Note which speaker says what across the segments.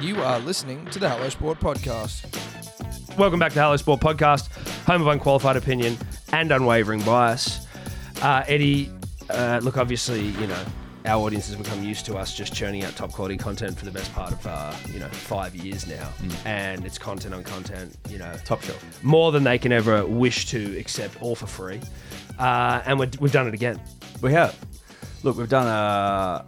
Speaker 1: You are listening to the Hello Sport podcast.
Speaker 2: Welcome back to Hello Sport Podcast, home of unqualified opinion and unwavering bias. Uh, Eddie, uh, look, obviously, you know, our audience has become used to us just churning out top quality content for the best part of, uh, you know, five years now. And it's content on content, you know,
Speaker 3: Top shelf.
Speaker 2: more than they can ever wish to accept all for free. Uh, and we're, we've done it again.
Speaker 3: We have. Look, we've done a.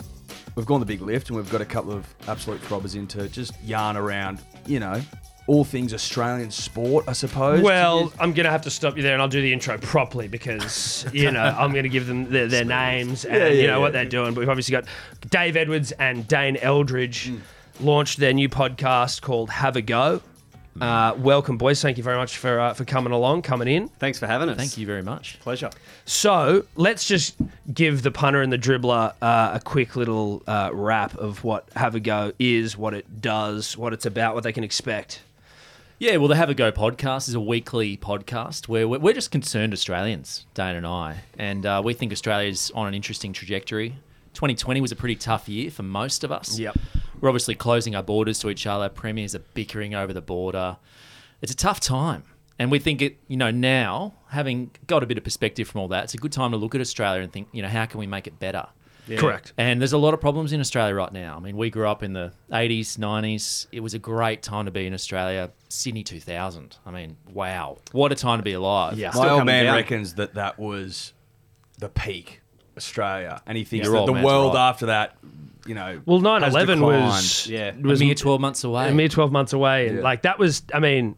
Speaker 3: We've gone the big lift and we've got a couple of absolute throbbers into just yarn around, you know, all things Australian sport, I suppose.
Speaker 2: Well, I'm going to have to stop you there and I'll do the intro properly because, you know, I'm going to give them their, their names and,
Speaker 3: Yeah, yeah,
Speaker 2: you know, what
Speaker 3: yeah.
Speaker 2: they're doing. But we've obviously got Dave Edwards and Dane Eldridge
Speaker 3: Mm.
Speaker 2: launched their new podcast called Have a Go. Uh, welcome, boys. Thank you very much for, uh, for coming along, coming in.
Speaker 4: Thanks for having us.
Speaker 5: Thank you very much.
Speaker 4: Pleasure.
Speaker 2: So let's just give the punter and the dribbler uh, a quick little uh, wrap of what Have a Go is, what it does, what it's about, what they can expect.
Speaker 5: Yeah, well, the Have a Go podcast is a weekly podcast where we're, we're just concerned Australians, Dane and I, and uh, we think Australia's on an interesting trajectory. 2020 was a pretty tough year for most of us.
Speaker 2: Yep.
Speaker 5: We're obviously closing our borders to each other. Premiers are bickering over the border. It's a tough time. And we think it, you know, now, having got a bit of perspective from all that, it's a good time to look at Australia and think, you know, how can we make it better?
Speaker 2: Correct.
Speaker 5: And there's a lot of problems in Australia right now. I mean, we grew up in the 80s, 90s. It was a great time to be in Australia. Sydney 2000. I mean, wow. What a time to be alive.
Speaker 2: Yeah.
Speaker 3: my
Speaker 4: Still
Speaker 3: old
Speaker 4: coming
Speaker 3: man
Speaker 4: down.
Speaker 3: reckons that that was the peak, Australia, and he thinks
Speaker 5: Your
Speaker 3: that
Speaker 5: old
Speaker 3: the
Speaker 5: man's
Speaker 3: world
Speaker 5: right.
Speaker 3: after that, you know,
Speaker 2: Well,
Speaker 3: has
Speaker 2: 9-11 was,
Speaker 3: declined. yeah.
Speaker 5: It was
Speaker 2: was
Speaker 5: a mere 12 months away.
Speaker 2: a mere 12 months away and
Speaker 3: Yeah.
Speaker 2: like that was i mean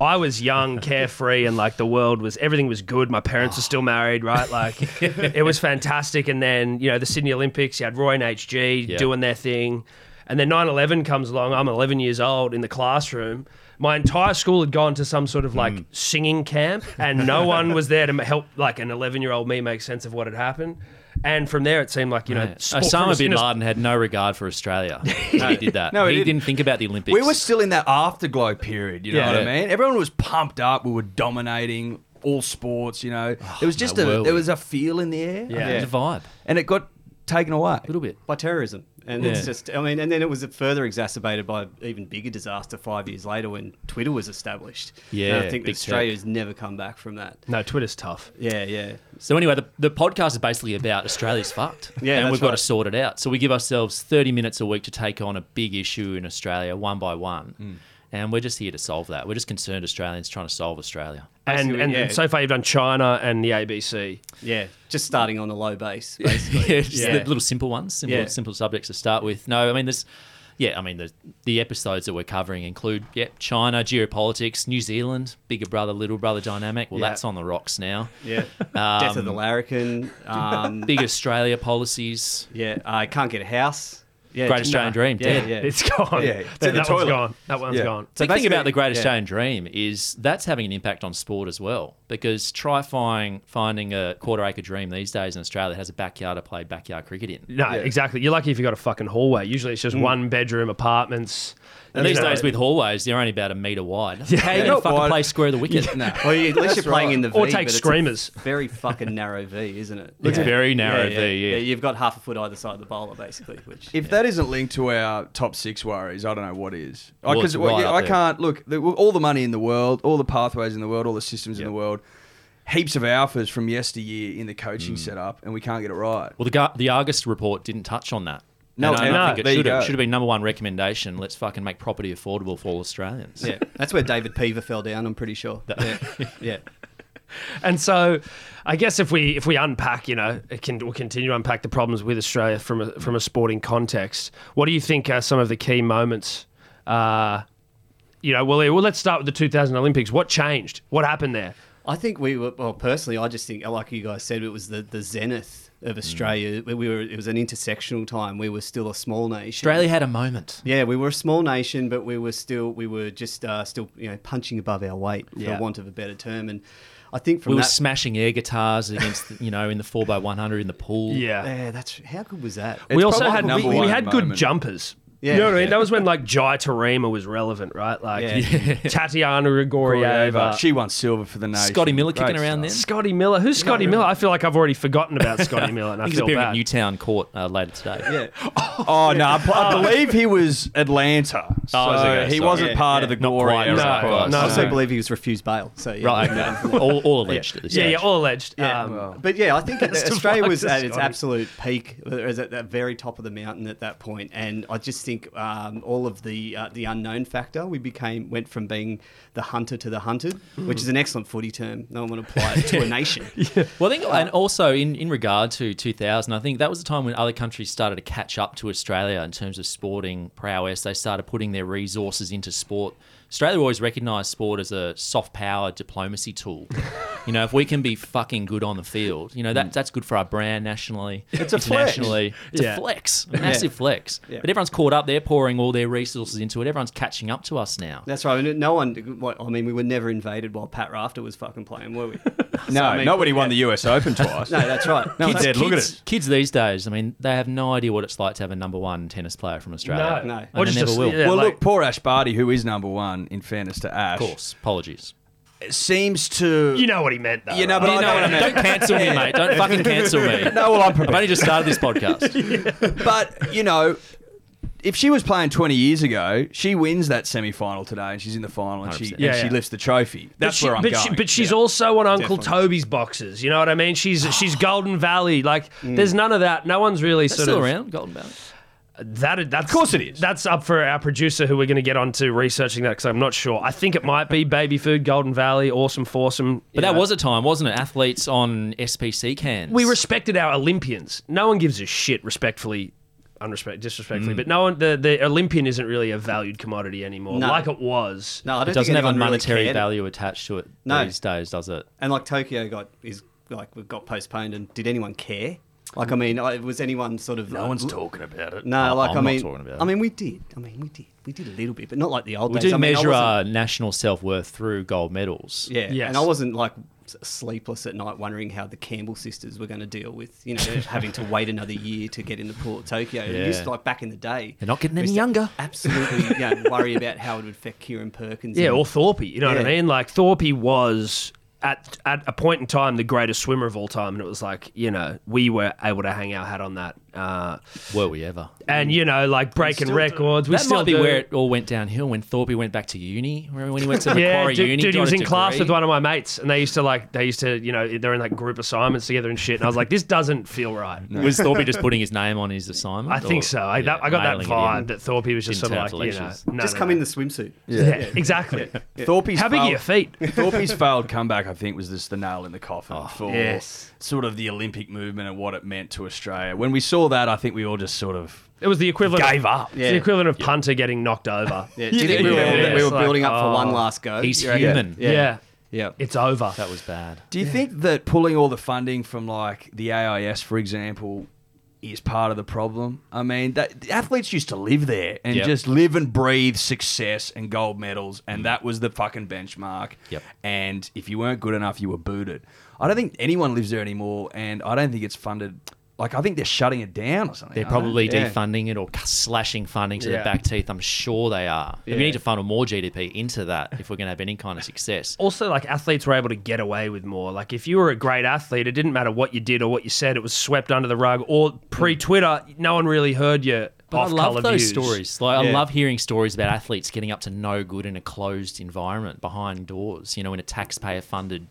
Speaker 2: i was young carefree and like the world was everything was good my parents are still married right like it was fantastic and then you know the sydney olympics you had roy and hg
Speaker 5: Yeah.
Speaker 2: doing their thing and then 9-11 comes along i'm 11 years old in the classroom my entire school had gone to some sort of
Speaker 5: Mm.
Speaker 2: like singing camp and no one was there to m- help like an 11 year old me make sense of what had happened and from there it seemed like you know
Speaker 5: Yeah.
Speaker 2: sport-
Speaker 5: Osama
Speaker 2: in
Speaker 5: bin
Speaker 2: a-
Speaker 5: Laden had no regard for Australia. no, he did that.
Speaker 3: No, he
Speaker 5: he
Speaker 3: didn't.
Speaker 5: didn't think about the Olympics.
Speaker 3: We were still in that afterglow period, you know
Speaker 2: Yeah.
Speaker 3: what I
Speaker 5: Yeah.
Speaker 3: mean? Everyone was pumped up. We were dominating all sports, you know. it was just
Speaker 5: no,
Speaker 3: a
Speaker 5: were
Speaker 3: there
Speaker 5: we?
Speaker 3: was a feel in the air,
Speaker 2: Yeah.
Speaker 5: It was a vibe. A
Speaker 3: and it got taken away.
Speaker 5: little bit.
Speaker 4: By terrorism. And
Speaker 5: Yeah.
Speaker 4: it's just, I mean, and then it was further exacerbated by even bigger disaster five years later when Twitter was established.
Speaker 5: Yeah,
Speaker 4: And I think that
Speaker 5: big tech.
Speaker 4: Australia's never come back from that.
Speaker 2: no twitter's tough
Speaker 4: Yeah, yeah.
Speaker 5: So anyway, the, the podcast is basically about Australia's fucked.
Speaker 4: Yeah,
Speaker 5: and
Speaker 4: that's
Speaker 5: we've got to
Speaker 4: right.
Speaker 5: sort it out. So we give ourselves 30 minutes a week to take on a big issue in Australia one by one.
Speaker 4: Hmm.
Speaker 5: And we're just here to solve that. We're just concerned Australians trying to solve Australia.
Speaker 2: and,
Speaker 4: Basically,
Speaker 2: and
Speaker 4: yeah.
Speaker 2: so far you've done China and the ABC.
Speaker 4: Yeah. Just starting on a low base, basically.
Speaker 5: yeah, just
Speaker 4: Yeah.
Speaker 5: the little simple ones, simple,
Speaker 4: Yeah.
Speaker 5: simple subjects to start with. No, I mean there's, yeah, I mean the the episodes that we're covering include yeah, China, geopolitics, New Zealand, bigger brother, little brother dynamic. Well,
Speaker 2: Yeah.
Speaker 5: that's on the rocks now.
Speaker 4: yeah.
Speaker 5: Um,
Speaker 4: Death of the larrikin. Um,
Speaker 5: Big Australia policies.
Speaker 4: yeah. I can't get a house. Yeah,
Speaker 5: Great
Speaker 4: just-
Speaker 5: Australian dream,
Speaker 4: Yeah,
Speaker 5: dead.
Speaker 4: yeah.
Speaker 2: It's gone.
Speaker 3: Yeah, it's
Speaker 2: that
Speaker 3: in the
Speaker 2: that one's
Speaker 3: toilet.
Speaker 2: gone. That one's
Speaker 3: Yeah.
Speaker 2: gone.
Speaker 5: The thing about
Speaker 4: basically-
Speaker 5: the Great
Speaker 4: yeah.
Speaker 5: Australian Dream is that's having an impact on sport as well. Because try finding finding a quarter acre dream these days in Australia that has a backyard to play backyard cricket in.
Speaker 2: No, exactly. You're lucky if you got a fucking hallway. Usually it's just
Speaker 4: Mm.
Speaker 2: one bedroom apartments.
Speaker 5: And
Speaker 2: You
Speaker 5: these
Speaker 2: know,
Speaker 5: days with hallways, they're only about a metre wide. How you
Speaker 3: They're
Speaker 5: gonna
Speaker 3: not
Speaker 5: fucking
Speaker 3: wide.
Speaker 5: play square of the wicket?
Speaker 3: no.
Speaker 4: Well, you- at least you're playing in the V.
Speaker 2: Or take
Speaker 4: but it's a
Speaker 2: screamers.
Speaker 4: Very fucking narrow V, isn't it?
Speaker 5: It's
Speaker 4: Yeah.
Speaker 5: very narrow
Speaker 4: yeah, yeah.
Speaker 5: V, yeah.
Speaker 4: You've got half a foot either side of the bowler, basically. Which
Speaker 3: If that isn't linked to our top six worries, I don't know what is. I,
Speaker 5: Well,
Speaker 3: 'cause,
Speaker 5: it's
Speaker 3: well,
Speaker 5: right
Speaker 3: yeah,
Speaker 5: up
Speaker 3: I
Speaker 5: there.
Speaker 3: can't look. The, all the money in the world, all the pathways in the world, all the systems in the world, heaps of alphas from yesteryear in the coaching setup, and we can't get it right.
Speaker 5: Well, the, Gar- the Argus report didn't touch on that.
Speaker 3: No,
Speaker 5: No, I
Speaker 3: no,
Speaker 5: don't think
Speaker 3: there
Speaker 5: it
Speaker 3: you
Speaker 5: should have.
Speaker 3: go.
Speaker 5: Should have been number one recommendation. Let's fucking make property affordable for all Australians.
Speaker 4: Yeah, that's where David Peaver fell down. I'm pretty sure. Yeah, yeah.
Speaker 2: And so, I guess if we if we unpack, you know, it can we'll continue to unpack the problems with Australia from a, from a sporting context. What do you think are some of the key moments? Uh, you know, well, well, let's start with the 2000 Olympics. What changed? What happened there?
Speaker 4: I think we were. Well, personally, I just think, like you guys said, it was the, the zenith of
Speaker 5: Mm.
Speaker 4: Australia. We were. It was an intersectional time. We were still a small nation.
Speaker 5: Australia had a moment.
Speaker 4: Yeah, we were a small nation, but we were still we were just uh, still you know punching above our weight
Speaker 3: Yeah.
Speaker 4: for want of a better term. And I think from
Speaker 5: We were
Speaker 4: that,
Speaker 5: smashing air guitars against, the- you know, in the four x one hundred in the pool.
Speaker 4: yeah, that's how good was that?
Speaker 2: we
Speaker 3: It's
Speaker 2: also
Speaker 3: probably
Speaker 2: had
Speaker 3: number
Speaker 2: we, we
Speaker 3: one
Speaker 2: had good
Speaker 3: moment.
Speaker 2: jumpers.
Speaker 4: Yeah.
Speaker 2: you know what I mean.
Speaker 4: Yeah.
Speaker 2: That was when like Jai Tarima was relevant, right? Like
Speaker 4: Yeah.
Speaker 2: Tatiana Grigorieva,
Speaker 3: She won silver for the nation.
Speaker 5: Scotty Miller
Speaker 3: Great
Speaker 5: kicking around
Speaker 3: stuff.
Speaker 5: then.
Speaker 2: Scotty Miller. Who's Scotty Miller? I feel like I've already forgotten about Scotty Miller, and I
Speaker 5: He's
Speaker 2: feel
Speaker 5: appearing
Speaker 2: bad.
Speaker 5: at Newtown Court uh, later today.
Speaker 4: Yeah,
Speaker 3: Oh no, I, I believe he was Atlanta. So
Speaker 5: Oh, is it okay?
Speaker 3: he
Speaker 5: Sorry.
Speaker 3: wasn't
Speaker 4: Yeah,
Speaker 3: part
Speaker 4: yeah.
Speaker 3: of the
Speaker 5: Not
Speaker 3: glory
Speaker 5: quite,
Speaker 3: era.
Speaker 5: not
Speaker 3: of
Speaker 5: quite.
Speaker 3: us.
Speaker 2: No,
Speaker 4: I also
Speaker 2: no.
Speaker 4: believe he was refused bail. So yeah.
Speaker 5: Right, okay. all, all alleged at this
Speaker 2: Yeah,
Speaker 5: stage.
Speaker 2: yeah, all alleged.
Speaker 4: Yeah,
Speaker 2: Um,
Speaker 4: but yeah, I think
Speaker 2: That's
Speaker 4: Australia was
Speaker 2: Tobias
Speaker 4: at its
Speaker 2: Scotty.
Speaker 4: absolute peak. It was at that very top of the mountain at that point, and I just think um, all of the uh, the unknown factor. We became went from being the hunter to the hunted, which is an excellent footy term. No one would apply it to a nation.
Speaker 5: Well, I think, and also in, in regard to 2000, I think that was the time when other countries started to catch up to Australia in terms of sporting prowess. They started putting their resources into sport. Australia always recognised sport as a soft power diplomacy tool. you know, if we can be fucking good on the field, you know, that, that's good for our brand nationally,
Speaker 3: It's a flex.
Speaker 5: internationally. It's
Speaker 2: Yeah.
Speaker 5: a flex, a massive flex.
Speaker 4: Yeah.
Speaker 5: But everyone's caught up. They're pouring all their resources into it. Everyone's catching up to us now.
Speaker 4: That's right. and No one. what- I mean, we were never invaded while Pat Rafter was fucking playing, were we?
Speaker 3: No, nobody won the US Open twice.
Speaker 4: No, that's right. No,
Speaker 3: Kids- Dad, look at
Speaker 5: kids, Kids these days, I mean, they have no idea what it's like to have a number one tennis player from Australia.
Speaker 4: No.
Speaker 5: And they never will.
Speaker 2: yeah,
Speaker 3: well,
Speaker 2: like-
Speaker 3: look, poor Ash Barty, who is number one, in fairness to Ash,
Speaker 5: Of course. Apologies.
Speaker 3: seems to.
Speaker 2: you know what he meant, though.
Speaker 3: You know,
Speaker 2: right?
Speaker 3: but I
Speaker 5: You
Speaker 3: know what I meant.
Speaker 5: don't cancel me, mate. Don't fucking cancel me.
Speaker 3: No, well, I'm
Speaker 5: I've only just started this podcast.
Speaker 3: But you know, if she was playing 20 years ago, she wins that semi-final today, and she's in the final, and she
Speaker 5: 100%.
Speaker 3: and
Speaker 2: Yeah,
Speaker 3: she
Speaker 2: yeah.
Speaker 3: lifts the trophy.
Speaker 2: But
Speaker 3: That's
Speaker 2: she-
Speaker 3: where I'm
Speaker 2: but
Speaker 3: going.
Speaker 2: She, but she's also on Uncle
Speaker 4: Definitely.
Speaker 2: Toby's boxes. You know what I mean? She's she's Golden Valley. Like,
Speaker 3: Mm.
Speaker 2: there's none of that. No one's really sort
Speaker 5: Still
Speaker 2: of
Speaker 5: around, Golden Valley.
Speaker 2: That that's, of
Speaker 3: course it is.
Speaker 2: That's up for our producer, who we're going to get onto researching that because I'm not sure. I think it might be Baby Food, Golden Valley, Awesome Foursome.
Speaker 5: But that was a time, wasn't it? Athletes on SPC cans.
Speaker 2: we respected our Olympians. No one gives a shit, respectfully, unrespect, disrespectfully. But no one, the the Olympian isn't really a valued commodity anymore,
Speaker 4: No.
Speaker 2: like it was.
Speaker 4: no I don't
Speaker 5: It doesn't
Speaker 4: think
Speaker 5: have a
Speaker 4: anyone really
Speaker 5: monetary
Speaker 4: cared.
Speaker 5: value attached to it
Speaker 4: No.
Speaker 5: these days, does it?
Speaker 4: And like Tokyo got is like we got postponed, and did anyone care? Like I mean, I, was anyone sort of no one's
Speaker 2: Talking about it.
Speaker 4: No,
Speaker 5: I-
Speaker 4: like
Speaker 5: I'm
Speaker 4: I
Speaker 5: not
Speaker 4: mean,
Speaker 5: talking about it.
Speaker 4: I mean, we did. I mean, we did. We did a little bit, but not like the old
Speaker 5: We
Speaker 4: days.
Speaker 5: do
Speaker 4: I mean, I
Speaker 5: measure
Speaker 4: wasn't-
Speaker 5: our national self worth through gold medals.
Speaker 4: yeah,
Speaker 2: Yes.
Speaker 4: and I wasn't like s- sleepless at night wondering how the Campbell sisters were going to deal with you know having to wait another year to get into Port Tokyo. It used
Speaker 5: Yeah.
Speaker 4: to, like back in the day,
Speaker 5: They're not getting
Speaker 4: we
Speaker 5: any
Speaker 4: used to
Speaker 5: younger.
Speaker 4: Absolutely, you know, worry about how it would affect Kieran Perkins.
Speaker 2: Yeah,
Speaker 4: and-
Speaker 2: or Thorpe. You know what I
Speaker 4: Yeah.
Speaker 2: mean? Like Thorpe was at at a point in time the greatest swimmer of all time, and it was like you know we were able to hang our hat on that, uh,
Speaker 5: Were we ever?
Speaker 2: and you know like breaking records. We
Speaker 5: that
Speaker 2: Mm. still
Speaker 5: might be
Speaker 2: do.
Speaker 5: where it all went downhill when Thorpe went back to uni. Remember when he went to
Speaker 2: yeah,
Speaker 5: Macquarie
Speaker 2: dude,
Speaker 5: Uni?
Speaker 2: dude, he
Speaker 5: got
Speaker 2: was
Speaker 5: a
Speaker 2: in class
Speaker 5: degree?
Speaker 2: with one of my mates, and they used to like they used to you know they're in like group assignments together and shit. And I was like, this doesn't feel right.
Speaker 5: Was Thorpe just putting his name on his assignment?
Speaker 2: I think
Speaker 5: or-
Speaker 2: so. I, that,
Speaker 5: yeah,
Speaker 2: I got that
Speaker 5: mailing it in?
Speaker 2: vibe that Thorpe was just sort
Speaker 5: Didn't
Speaker 2: of
Speaker 5: turn
Speaker 2: like you
Speaker 5: up to
Speaker 2: know,
Speaker 5: lectures.
Speaker 2: no,
Speaker 4: just
Speaker 2: no,
Speaker 4: come
Speaker 2: no.
Speaker 4: in the swimsuit.
Speaker 2: Yeah, exactly.
Speaker 3: Thorpe's
Speaker 2: How big are
Speaker 3: failed-
Speaker 2: your feet?
Speaker 3: Thorpe's failed comeback, I think, was just the nail in the coffin
Speaker 2: Oh,
Speaker 3: for
Speaker 4: yes.
Speaker 3: sort of the Olympic movement and what it meant to Australia. When we saw that, I think we all just sort of
Speaker 2: It was the equivalent
Speaker 3: gave
Speaker 2: of,
Speaker 3: up.
Speaker 2: It's the equivalent of punter getting knocked over.
Speaker 4: Yeah, do you think we were,
Speaker 2: Yeah.
Speaker 4: we were
Speaker 2: It's like,
Speaker 4: building up for one
Speaker 2: oh,
Speaker 4: last go?
Speaker 5: He's
Speaker 4: You reckon?
Speaker 5: human.
Speaker 2: Yeah.
Speaker 4: yeah.
Speaker 2: It's over.
Speaker 5: That was bad.
Speaker 3: Do you think that pulling all the funding from like the AIS, for example, is part of the problem? I mean, that, the athletes used to live there and
Speaker 5: Yep. Mm.
Speaker 3: just live and breathe success and gold medals, and that was the fucking benchmark.
Speaker 5: Yep.
Speaker 3: And if you weren't good enough, you were booted. I don't think anyone lives there anymore, and I don't think it's funded. Like, I think they're shutting it down or something.
Speaker 5: They're
Speaker 3: aren't they?
Speaker 5: probably
Speaker 4: Yeah.
Speaker 5: defunding it or cu- slashing funding to
Speaker 2: Yeah.
Speaker 5: the back teeth. I'm sure they are. We
Speaker 4: Yeah.
Speaker 5: need to funnel more GDP into that if we're going to have any kind of success.
Speaker 2: also like athletes were able to get away with more. Like if you were a great athlete, it didn't matter what you did or what you said; it was swept under the rug. Or pre Twitter, no one really heard you.
Speaker 5: But I love those stories. Like I
Speaker 4: Yeah.
Speaker 5: love hearing stories about athletes getting up to no good in a closed environment behind doors. You know, in a taxpayer-funded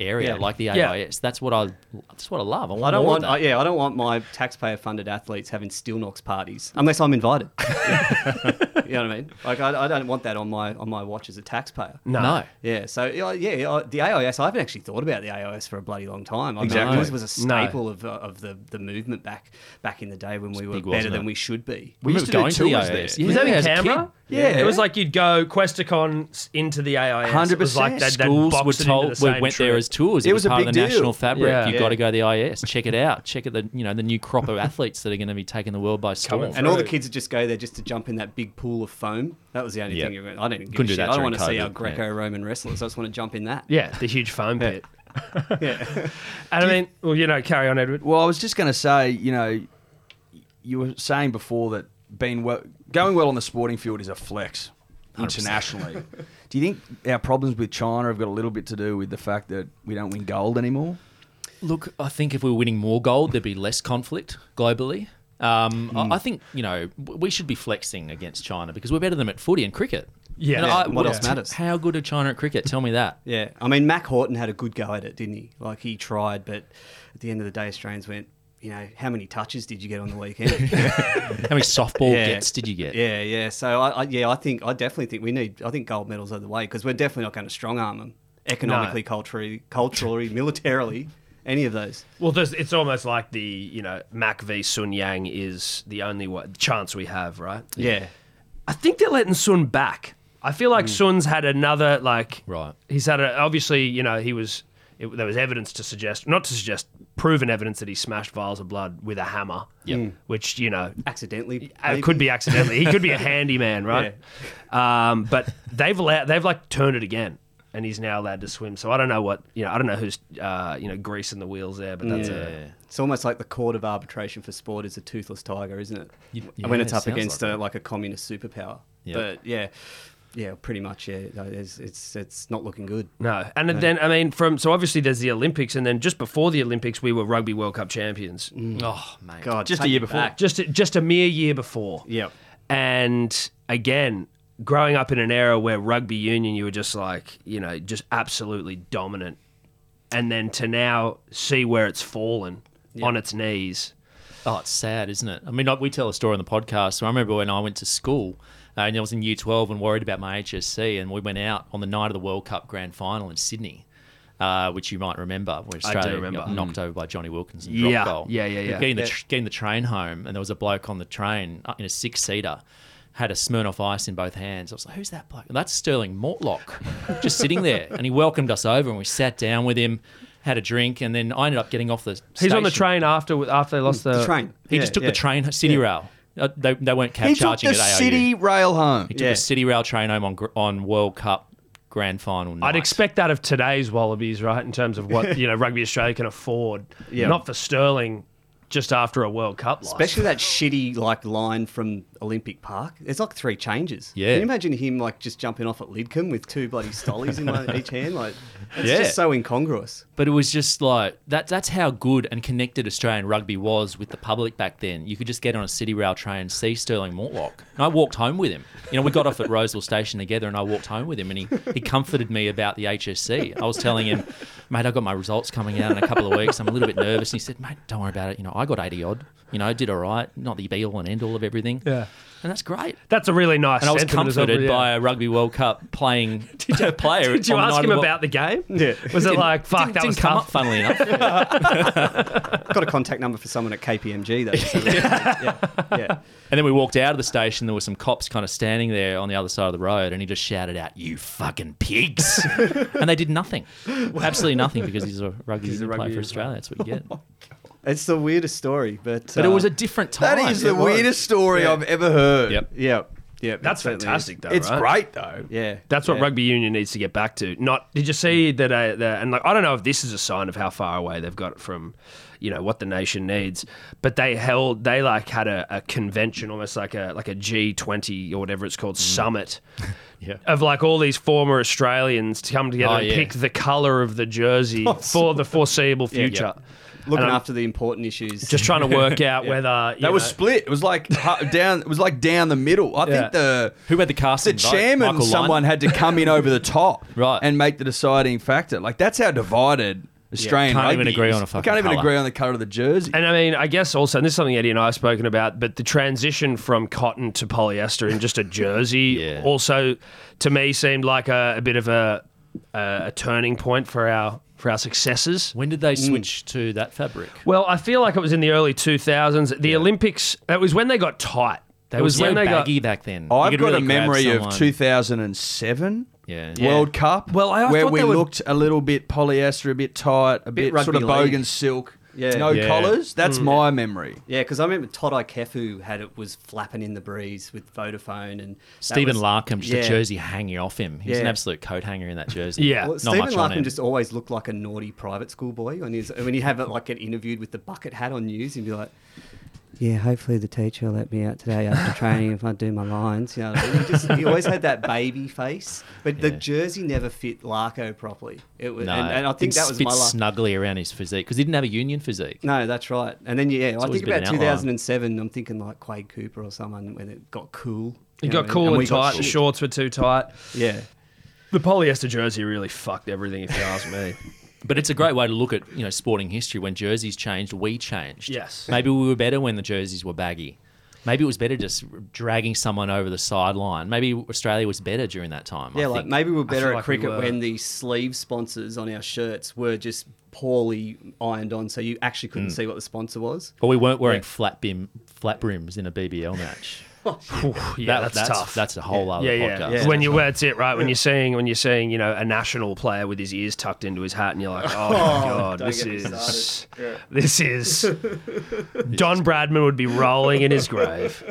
Speaker 5: area
Speaker 4: Yeah.
Speaker 5: like the AIS.
Speaker 2: Yeah.
Speaker 5: That's what I. That's what I love. I, want
Speaker 4: I don't
Speaker 5: more
Speaker 4: want,
Speaker 5: Of
Speaker 4: I,
Speaker 5: that.
Speaker 4: yeah, I don't want my taxpayer-funded athletes having steel knocks parties unless I'm invited. you know what I mean? Like, I, I don't want that on my on my watch as a taxpayer.
Speaker 5: no.
Speaker 4: Yeah. So yeah, yeah, uh, the AIS. I haven't actually thought about the AIS for a bloody long time. I
Speaker 3: Exactly.
Speaker 4: mean, it was a
Speaker 2: No.
Speaker 4: staple of, uh, of the, the movement back back in the day when we were
Speaker 5: big,
Speaker 4: better
Speaker 5: wasn't
Speaker 4: than
Speaker 5: it?
Speaker 4: we should be.
Speaker 5: We
Speaker 3: used
Speaker 5: remember
Speaker 3: to do
Speaker 5: going to the
Speaker 3: tours there.
Speaker 5: AIS.
Speaker 2: Was that
Speaker 5: Yeah,
Speaker 2: in
Speaker 5: as a kid.
Speaker 2: Canberra?
Speaker 3: Yeah.
Speaker 2: it was like you'd go Questacon s- into the AIS. It was
Speaker 3: 100%.
Speaker 2: Like they'd, they'd
Speaker 5: schools
Speaker 2: boxed
Speaker 5: were
Speaker 2: it into
Speaker 5: told
Speaker 2: the
Speaker 5: we
Speaker 2: same
Speaker 5: went
Speaker 2: trip.
Speaker 5: there as tours. It, was, a part
Speaker 3: big
Speaker 5: of the
Speaker 3: deal.
Speaker 5: national fabric.
Speaker 2: Yeah.
Speaker 5: You've
Speaker 2: Yeah.
Speaker 5: got to go to the IS. Check it out. Check out the you know the new crop of athletes that are going to be taking the world by storm.
Speaker 4: And all the
Speaker 2: Right.
Speaker 4: kids would just go there just to jump in that big pool of foam. That was the only
Speaker 5: Yeah.
Speaker 4: thing. You were, I didn't give
Speaker 5: Couldn't
Speaker 4: a
Speaker 5: do
Speaker 4: shit.
Speaker 5: that
Speaker 4: I don't
Speaker 5: during
Speaker 4: want to see
Speaker 5: COVID,
Speaker 4: our
Speaker 5: yeah.
Speaker 4: Greco-Roman wrestlers. I just want to jump in that.
Speaker 2: yeah, the huge foam pit.
Speaker 4: yeah.
Speaker 2: And I mean, well, you know, carry on, Edward.
Speaker 3: Well, I was just going to say, you know, you were saying before that being well, going well on the sporting field is a flex internationally. do you think our problems with China have got a little bit to do with the fact that we don't win gold anymore?
Speaker 5: Look, I think if we were winning more gold, there'd be less conflict globally. Um, I, I think you know w- we should be flexing against China because we're better than them at footy and cricket.
Speaker 2: Yeah.
Speaker 5: And
Speaker 2: Yeah,
Speaker 5: I-
Speaker 4: what else matters?
Speaker 5: How good are China at cricket? Tell me that.
Speaker 4: Yeah, I mean, Mac Horton had a good go at it, didn't he? Like he tried, but at the end of the day, Australians went, you know, how many touches did you get on the weekend?
Speaker 5: How many softball
Speaker 4: Yeah.
Speaker 5: gets did you get?
Speaker 4: Yeah, yeah. So I, I yeah, I think I definitely think we need. I think gold medals are the way because we're definitely not going to strong arm them economically, culturally, culturally, militarily, any of those.
Speaker 2: Well, there's, it's almost like the you know Mac v Sun Yang is the only wa- chance we have, right?
Speaker 4: Yeah,
Speaker 2: I think they're letting Sun back. I feel like Sun's had another like.
Speaker 5: Hmm. Right.
Speaker 2: He's had a obviously you know he was it, there was evidence to suggest not to suggest proven evidence that he smashed vials of blood with a hammer.
Speaker 5: Yep. Mm.
Speaker 2: Which you know
Speaker 4: accidentally.
Speaker 2: uh,
Speaker 4: maybe.
Speaker 2: could be accidentally. He could be a handyman, right? Um, but they've allowed, they've like turned it again, and he's now allowed to swim. So I don't know what you know. I don't know who's uh, you know greasing the wheels there, but that's a,
Speaker 5: Yeah.
Speaker 4: It's almost like the court of arbitration for sport is a toothless tiger, isn't it?
Speaker 5: You-
Speaker 4: when
Speaker 5: yeah,
Speaker 4: it's
Speaker 5: it
Speaker 4: up
Speaker 5: sounds
Speaker 4: against
Speaker 5: like
Speaker 4: a,
Speaker 5: it.
Speaker 4: like a communist superpower.
Speaker 5: Yeah.
Speaker 4: But yeah, yeah, pretty much. Yeah, no, it's it's it's not looking good.
Speaker 2: No, and then I mean, from so obviously there's the Olympics, and then just before the Olympics, we were Rugby World Cup champions,
Speaker 5: Oh mate.
Speaker 4: God,
Speaker 3: Just a
Speaker 4: take
Speaker 3: year
Speaker 4: it
Speaker 3: before.
Speaker 4: back.
Speaker 2: just just a mere year before.
Speaker 4: Yep.
Speaker 2: And again, growing up in an era where rugby union, you were just like you know just absolutely dominant, and then to now see where it's fallen on its knees.
Speaker 5: Oh, it's sad, isn't it? I mean, like, we tell a story on the podcast. So I remember when I went to school uh, and I was in year 12 and worried about my HSC, and we went out on the night of the World Cup grand final in Sydney. Uh, which you might remember, where
Speaker 2: do
Speaker 5: Australia
Speaker 2: remember.
Speaker 5: got knocked over by Johnny Wilkinson.
Speaker 2: Yeah,
Speaker 5: drop goal.
Speaker 2: yeah, yeah, yeah.
Speaker 5: Getting the, tr- getting the train home, and there was a bloke on the train uh, in a six seater, had a Smirnoff Ice in both hands. I was like, "Who's that bloke?" And that's Sterling Mortlock, just sitting there, and he welcomed us over, and we sat down with him, had a drink, and then I ended up getting off the.
Speaker 2: He's on the
Speaker 5: station.
Speaker 2: train after after they lost the,
Speaker 4: The train.
Speaker 5: Uh, He
Speaker 4: Yeah,
Speaker 5: just took
Speaker 4: yeah.
Speaker 5: the train, City Rail. Uh, they, they weren't cab
Speaker 3: He took
Speaker 5: charging
Speaker 3: the
Speaker 5: at AIU.
Speaker 3: city rail home.
Speaker 5: he took
Speaker 4: Yeah.
Speaker 5: the City Rail train home on, gr- on World Cup grand final night.
Speaker 2: I'd expect that of today's Wallabies, right? In terms of what you know, Rugby Australia can afford.
Speaker 4: Yeah.
Speaker 2: Not for Sterling, just after a World Cup loss.
Speaker 4: Especially that shitty like line from Olympic Park. There's like three changes.
Speaker 5: Yeah.
Speaker 4: Can you imagine him like just jumping off at Lidcombe with two bloody stollies in one, each hand? Like, it's
Speaker 5: Yeah.
Speaker 4: just so incongruous.
Speaker 5: But it was just like that. That's how good and connected Australian rugby was with the public back then. You could just get on a City Rail train, see Sterling Mortlock, and I walked home with him. You know, we got off at Roseville Station together, and I walked home with him, and he, he comforted me about the HSC. I was telling him, mate, I got my results coming out in a couple of weeks. I'm a little bit nervous, and he said, mate, don't worry about it. You know, I got eighty odd. You know, did all right. Not the be all and end all of everything.
Speaker 2: Yeah.
Speaker 5: and that's great.
Speaker 2: That's a really nice.
Speaker 5: And I was
Speaker 2: sentiment as well,
Speaker 5: comforted
Speaker 2: yeah.
Speaker 5: by a Rugby World Cup playing player.
Speaker 2: Did you
Speaker 5: on the night
Speaker 2: ask
Speaker 5: of
Speaker 2: him
Speaker 5: the Wo-
Speaker 2: about the game? Yeah. Was it
Speaker 5: Didn't-
Speaker 2: like fuck? that
Speaker 5: didn't- didn't
Speaker 2: was
Speaker 5: come
Speaker 2: tough.
Speaker 5: up, funnily enough.
Speaker 4: Got a contact number for someone at KPMG though. so- yeah. yeah.
Speaker 5: And then we walked out of the station. There were some cops kind of standing there on the other side of the road, and he just shouted out, "You fucking pigs!" and they did nothing, absolutely nothing, because he's a rugby
Speaker 2: He's a
Speaker 5: union
Speaker 2: rugby Oh,
Speaker 5: player for
Speaker 2: union
Speaker 5: Australia. That's what you get. But
Speaker 4: It's the weirdest story, but
Speaker 5: it was
Speaker 4: uh,
Speaker 5: a different time.
Speaker 3: That is the
Speaker 4: was.
Speaker 3: weirdest story
Speaker 4: Yeah.
Speaker 3: I've ever heard.
Speaker 5: Yep.
Speaker 4: yeah, yeah. it
Speaker 2: That's
Speaker 4: certainly is.
Speaker 2: fantastic, though.
Speaker 3: It's
Speaker 2: right?
Speaker 3: great though.
Speaker 4: Yeah,
Speaker 2: That's what
Speaker 4: yeah.
Speaker 2: rugby union needs to get back to. Not did you see that? Uh, the, and like I don't know if this is a sign of how far away they've got it from, you know, what the nation needs. But they held they like had a, a convention, almost like a like a G twenty or whatever it's called summit.
Speaker 5: Mm. Yeah.
Speaker 2: Of like all these former Australians to come together
Speaker 5: Oh,
Speaker 2: and
Speaker 5: yeah.
Speaker 2: pick the colour of the jersey for the foreseeable future.
Speaker 4: Looking
Speaker 2: And I'm
Speaker 4: after the important issues.
Speaker 2: Just trying to work out whether you
Speaker 3: That was
Speaker 2: know-
Speaker 3: split. It was like ha- down. It was like down the middle. I
Speaker 2: Yeah.
Speaker 3: think the
Speaker 5: Who had the casting
Speaker 3: the
Speaker 5: vote?
Speaker 3: chairman,
Speaker 5: Michael Lyon?
Speaker 3: someone had to come in over the top,
Speaker 5: Right.
Speaker 3: and make the deciding factor. Like that's how divided Australian.
Speaker 5: can't even
Speaker 3: rugby
Speaker 5: agree
Speaker 3: is.
Speaker 5: on a
Speaker 3: We
Speaker 5: fucking
Speaker 3: Can't even
Speaker 5: colour.
Speaker 3: agree on the color of the jersey.
Speaker 2: And I mean, I guess also, and this is something Eddie and I have spoken about, but the transition from cotton to polyester in just a jersey
Speaker 5: Yeah.
Speaker 2: also, to me, seemed like a, a bit of a, a, a turning point for our for our successes.
Speaker 5: When did they switch to that fabric?
Speaker 2: Well, I feel like Mm. it was in the early 2000s. The Olympics, that was when they got tight. That
Speaker 5: It was,
Speaker 2: was, when
Speaker 5: so
Speaker 2: they got.
Speaker 5: baggy back then. You
Speaker 3: I've
Speaker 5: could
Speaker 3: got
Speaker 5: really
Speaker 3: a
Speaker 5: grab
Speaker 3: memory of
Speaker 5: someone.
Speaker 3: 2007
Speaker 5: Yeah.
Speaker 3: World Cup.
Speaker 2: Well, I- I
Speaker 3: where
Speaker 2: thought
Speaker 3: we
Speaker 2: they were-
Speaker 3: looked a little bit polyester, a bit tight, a bit,
Speaker 4: Bit
Speaker 3: sort of
Speaker 4: rugby league.
Speaker 3: bogan silk,
Speaker 4: Yeah.
Speaker 3: no
Speaker 5: Yeah.
Speaker 3: collars. That's my memory.
Speaker 4: yeah, because I remember Todd Ikefu had it was flapping in the breeze with Vodafone and that
Speaker 5: Stephen
Speaker 4: was-
Speaker 5: Larkham, just a
Speaker 4: Yeah.
Speaker 5: jersey hanging off him. He was an
Speaker 4: Yeah.
Speaker 5: absolute coat hanger in that jersey.
Speaker 2: Yeah.
Speaker 4: Well,
Speaker 5: not
Speaker 4: Stephen
Speaker 5: much on
Speaker 4: Larkham
Speaker 5: him.
Speaker 4: just always looked like a naughty private school boy. When, he's, when you have it like get interviewed with the bucket hat on news, he'd be like,
Speaker 6: yeah, hopefully the teacher will let me out today after training if I do my lines.
Speaker 4: You, know, he, just, he always had that baby face, but the
Speaker 5: Yeah.
Speaker 4: jersey never fit Larko properly. It was,
Speaker 5: No,
Speaker 4: and, and I think
Speaker 5: it
Speaker 4: that was
Speaker 5: fits
Speaker 4: my last.
Speaker 5: snugly around his physique because he didn't have a union physique.
Speaker 4: No, that's right. And then yeah, I
Speaker 5: always
Speaker 4: think
Speaker 5: been
Speaker 4: about
Speaker 5: an outlier.
Speaker 4: 2007. I'm thinking like Quade Cooper or someone when it got cool.
Speaker 2: It
Speaker 4: you
Speaker 2: got
Speaker 4: know what I mean?
Speaker 2: cool and,
Speaker 4: we got
Speaker 2: tight. The
Speaker 4: shit.
Speaker 2: shorts were too tight.
Speaker 4: Yeah,
Speaker 2: The polyester jersey really fucked everything, if you ask me.
Speaker 5: But it's a great way to look at you know sporting history. When jerseys changed, we changed.
Speaker 2: Yes.
Speaker 5: Maybe we were better when the jerseys were baggy. Maybe it was better just dragging someone over the sideline. Maybe Australia was better during that time.
Speaker 4: yeah.
Speaker 5: I
Speaker 4: Like
Speaker 5: think.
Speaker 4: maybe we were
Speaker 2: feel
Speaker 4: better at
Speaker 2: like we
Speaker 4: cricket
Speaker 2: were.
Speaker 4: when the sleeve sponsors on our shirts were just poorly ironed on, so you actually couldn't
Speaker 2: Mm.
Speaker 4: see what the sponsor was.
Speaker 5: But we weren't wearing flat brim flat brims in a BBL match.
Speaker 4: Oh,
Speaker 2: yeah,
Speaker 5: That-
Speaker 2: that's, tough.
Speaker 5: That's a whole other
Speaker 2: yeah, yeah,
Speaker 5: podcast.
Speaker 2: yeah. When you that's it, right? When you're seeing when you're seeing you know a national player with his ears tucked into his hat, and you're like, oh, my god,
Speaker 4: don't
Speaker 2: this
Speaker 4: get me
Speaker 2: is
Speaker 4: started. Yeah.
Speaker 2: this is Don Bradman would be rolling in his grave.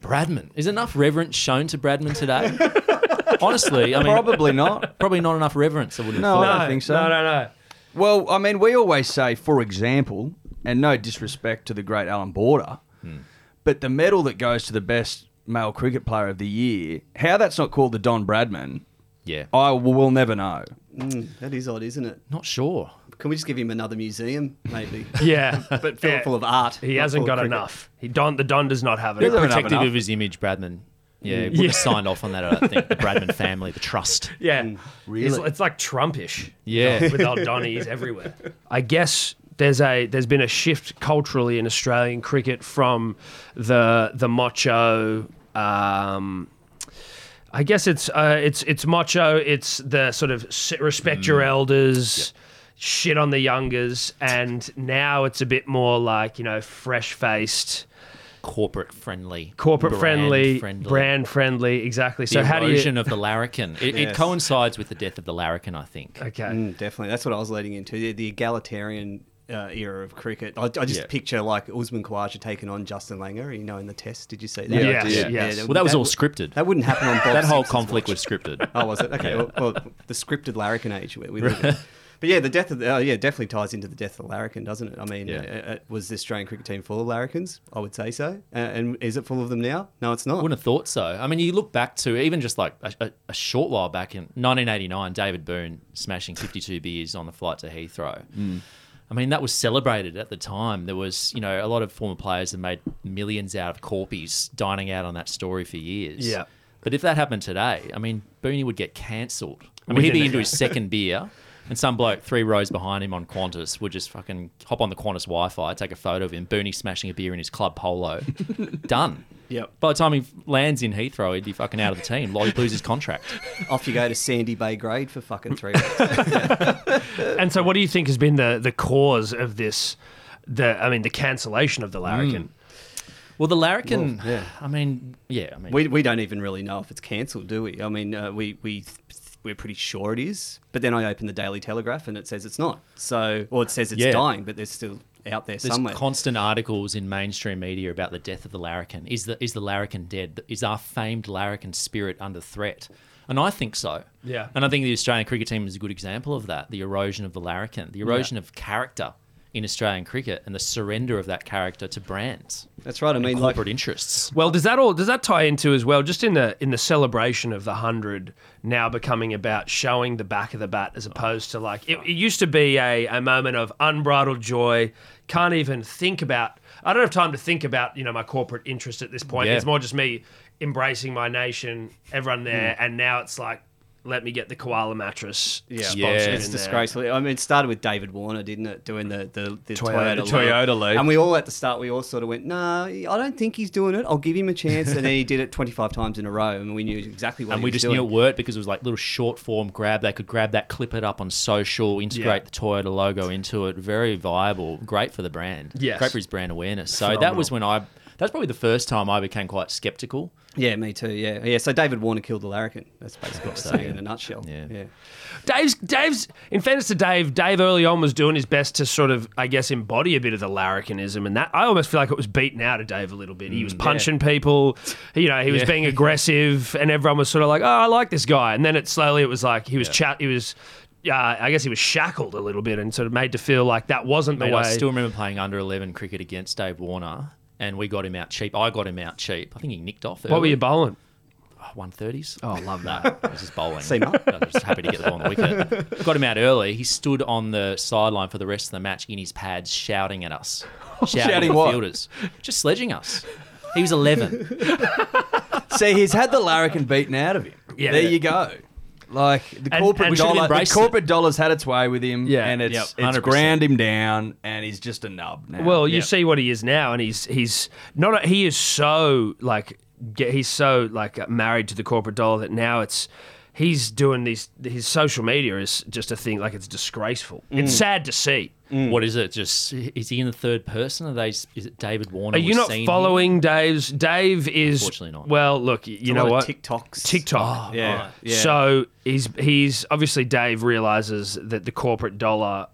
Speaker 5: Bradman is enough reverence shown to Bradman today. Honestly, I mean,
Speaker 3: Probably not.
Speaker 5: probably not enough reverence. I wouldn't
Speaker 3: No,
Speaker 5: have
Speaker 3: I
Speaker 5: thought.
Speaker 3: don't think so.
Speaker 2: No, no, no.
Speaker 3: Well, I mean, we always say, for example, and no disrespect to the great Alan Border,
Speaker 2: Hmm.
Speaker 3: but the medal that goes to the best male cricket player of the year, how that's not called the Don Bradman,
Speaker 5: Yeah,
Speaker 2: Oh.
Speaker 3: I will never know.
Speaker 4: Mm, that is odd, isn't it?
Speaker 5: not sure.
Speaker 4: Can we just give him another museum, maybe?
Speaker 2: Yeah,
Speaker 4: but fill
Speaker 2: Yeah.
Speaker 4: it full of art.
Speaker 2: He
Speaker 4: not
Speaker 2: hasn't
Speaker 4: full of
Speaker 2: got
Speaker 4: cricket.
Speaker 2: enough. He Don the Don does not have
Speaker 5: Bit
Speaker 2: enough. Mm.
Speaker 5: protective
Speaker 3: enough.
Speaker 5: of his image, Bradman. Yeah, would have signed off on that. I don't think the Bradman family, the trust.
Speaker 2: Yeah,
Speaker 3: Really?
Speaker 2: It's, it's like Trumpish.
Speaker 5: Yeah.
Speaker 2: with old Donny, he's everywhere. I guess there's a there's been a shift culturally in Australian cricket from the the macho. Um, I guess it's uh, it's it's macho. It's the sort of s- respect your elders. Shit on the youngers, and now it's a bit more like you know, fresh faced,
Speaker 5: Corporate friendly,
Speaker 2: corporate
Speaker 5: brand
Speaker 2: friendly, brand friendly, exactly.
Speaker 5: The
Speaker 2: So how do you?
Speaker 5: erosion of the larrikin. It, it
Speaker 4: Yes.
Speaker 5: coincides with the death of the larrikin, I think.
Speaker 2: Okay,
Speaker 4: Mm, definitely. That's what I was leading into the, the egalitarian uh, era of cricket. I, I just
Speaker 5: Yeah.
Speaker 4: picture like Usman Khawaja taking on Justin Langer, you know, in the test. Did you see that?
Speaker 2: Yeah, Yes, I did. yes.
Speaker 5: Well, that was all
Speaker 4: would-
Speaker 5: scripted.
Speaker 4: That wouldn't happen on Bob
Speaker 5: That whole
Speaker 4: Simpson's
Speaker 5: conflict
Speaker 4: watch.
Speaker 5: was scripted.
Speaker 4: Oh, was it? Okay. Well, well, the scripted larrikin age. We, we live in. But yeah, the death of the, oh, yeah definitely ties into the death of the larrikin, doesn't it? I mean,
Speaker 5: Yeah.
Speaker 4: uh, uh, was the Australian cricket team full of larrikins? I would say so. Uh, and is it full of them now? No, it's not.
Speaker 5: Wouldn't have thought so. I mean, you look back to even just like a, a, a short while back in 1989, David Boone smashing 52 beers on the flight to Heathrow. I mean, that was celebrated at the time. There was, you know, a lot of former players that made millions out of corpies dining out on that story for years.
Speaker 2: Yeah.
Speaker 5: But if that happened today, I mean, Booney would get cancelled. I mean, he'd be
Speaker 2: Within a-
Speaker 5: into his second beer, and some bloke three rows behind him on Qantas would just fucking hop on the Qantas Wi Fi, take a photo of him, Booney smashing a beer in his club polo. Done.
Speaker 4: Yep.
Speaker 5: By the time he lands in Heathrow, he'd be fucking out of the team. Like, he'd lose his contract.
Speaker 4: Off you go to Sandy Bay Grade for fucking three weeks.
Speaker 2: And so, what do you think has been the the cause of this? The I mean, the cancellation of the larrikin.
Speaker 5: Well, the larrikin, I mean, yeah, I mean,
Speaker 4: we, we don't even really know if it's cancelled, do we? I mean, uh, we, we, we're pretty sure it is. But then I open the Daily Telegraph and it says it's not. So, or it says it's
Speaker 5: Yeah.
Speaker 4: dying, but they're still out there
Speaker 5: there's
Speaker 4: somewhere.
Speaker 5: constant articles in mainstream media about the death of the larrikin. Is the is the larrikin dead? Is our famed larrikin spirit under threat? And I think so.
Speaker 2: Yeah.
Speaker 5: And I think the Australian cricket team is a good example of that. The erosion of the larrikin, the erosion of character in Australian cricket, and the surrender of that character to brands,
Speaker 4: That's right. I mean, like,
Speaker 5: corporate interests.
Speaker 2: Well, does that all does that tie into as well? Just in the in the celebration of the hundred now becoming about showing the back of the bat as opposed to like it, it used to be a, a moment of unbridled joy. Can't even think about. I don't have time to think about you know my corporate interest at this point.
Speaker 5: Yeah.
Speaker 2: It's more just me embracing my nation, everyone there, and now it's like let me get the koala mattress. Hmm. Yeah,
Speaker 5: Yeah.
Speaker 4: It's disgraceful. I mean, it started with David Warner, didn't it? Doing the the, the
Speaker 2: Toyota-
Speaker 4: Toyota,
Speaker 3: the Toyota lead.
Speaker 4: and we all at the start we all sort of went, "No, I don't think he's doing it. I'll give him a chance." And then he did it twenty five times in a row, and we knew exactly what.
Speaker 5: and
Speaker 4: he
Speaker 5: we
Speaker 4: was
Speaker 5: just
Speaker 4: doing.
Speaker 5: knew it worked because it was like little short form grab. They could grab that, clip it up on social, integrate
Speaker 2: Yeah.
Speaker 5: the Toyota logo into it. Very viable, great for the brand.
Speaker 2: Yes.
Speaker 5: great for his brand awareness. So that was when I. That's probably the first time I became quite skeptical.
Speaker 4: Yeah, me too. Yeah, yeah. So David Warner killed the larrikin. That's basically what I'm saying in a nutshell.
Speaker 5: Yeah.
Speaker 4: yeah.
Speaker 2: Dave's Dave's in fairness to Dave, Dave early on was doing his best to sort of, I guess, embody a bit of the larrikinism and that I almost feel like it was beaten out of Dave a little bit. He was punching people, you know, he was being aggressive and everyone was sort of like, Oh, I like this guy and then it slowly it was like he was chat he was uh, I guess he was shackled a little bit and sort of made to feel like that wasn't the
Speaker 5: Mate,
Speaker 2: way
Speaker 5: I still remember playing under eleven cricket against Dave Warner, and we got him out cheap. I got him out cheap. I think he nicked off.
Speaker 2: What were
Speaker 5: early.
Speaker 2: you bowling?
Speaker 5: One thirties. Oh, I love that. I was just bowling.
Speaker 4: Seam up.
Speaker 5: I was just happy to get the ball on the wicket. Got him out early. He stood on the sideline for the rest of the match in his pads, shouting at us, shouting,
Speaker 3: Shouting
Speaker 5: at the
Speaker 3: what?
Speaker 5: fielders, just sledging us. He was eleven.
Speaker 3: See, he's had the larrikin beaten out of him.
Speaker 2: Yeah.
Speaker 3: there you go. Like the
Speaker 2: And-
Speaker 3: corporate
Speaker 2: and should
Speaker 3: dollar, the
Speaker 5: embrace
Speaker 3: corporate dollar's had its way with him,
Speaker 2: Yeah.
Speaker 3: and it's
Speaker 5: Yep,
Speaker 3: it's
Speaker 5: 100%.
Speaker 3: ground him down, and he's just a nub now.
Speaker 2: Well, you
Speaker 5: Yeah.
Speaker 2: see what he is now, and he's he's not. A, he is so like ge- he's so like uh, married to the corporate dollar that now it's he's doing these. His social media is just a thing. Like it's disgraceful. It's
Speaker 5: Mm.
Speaker 2: sad to see.
Speaker 5: What is it? Just is he in the third person? Are they? Is it David Warner?
Speaker 2: Are you
Speaker 5: We've
Speaker 2: not
Speaker 5: seen him?
Speaker 2: following Dave's? Dave is
Speaker 5: Unfortunately not.
Speaker 2: Well, look, y- you
Speaker 4: A
Speaker 2: know
Speaker 4: lot
Speaker 2: what?
Speaker 4: of TikToks.
Speaker 3: Oh,
Speaker 2: TikTok.
Speaker 4: Yeah, right. yeah.
Speaker 2: So he's he's obviously Dave realizes that the corporate dollar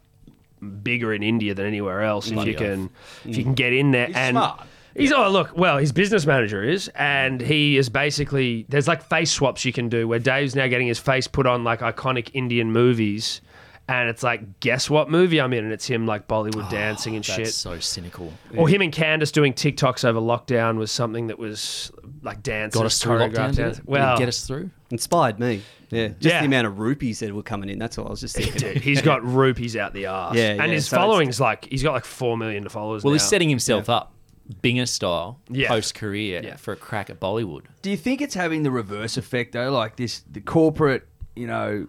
Speaker 2: bigger in India than anywhere else. If you
Speaker 5: oath.
Speaker 2: can, if
Speaker 5: Mm.
Speaker 2: you can get in there,
Speaker 3: He's
Speaker 2: and
Speaker 3: smart.
Speaker 2: he's oh look, well his business manager is, and he is basically there's like face swaps you can do where Dave's now getting his face put on like iconic Indian movies. And it's like, guess what movie I'm in? And it's him like Bollywood dancing and
Speaker 5: Ah, That's
Speaker 2: shit.
Speaker 5: so cynical.
Speaker 2: Or him and Candace doing TikToks over lockdown was something that was like dance.
Speaker 5: Got us through lockdown. Did it? Did it
Speaker 2: Well,
Speaker 5: get us through.
Speaker 4: Inspired me. Yeah. Just
Speaker 2: Yeah.
Speaker 4: the amount of rupees that were coming in. That's all I was just thinking.
Speaker 2: dude, he's got rupees out the arse.
Speaker 4: Yeah,
Speaker 2: and
Speaker 4: yeah,
Speaker 2: his
Speaker 4: so it's-
Speaker 2: following's like he's got like four million followers.
Speaker 5: Well,
Speaker 2: now.
Speaker 5: he's setting himself up, Binger style,
Speaker 2: Yeah.
Speaker 5: post career
Speaker 2: Yeah.
Speaker 5: for a crack at Bollywood.
Speaker 3: Do you think it's having the reverse effect though? Like this, the corporate, you know,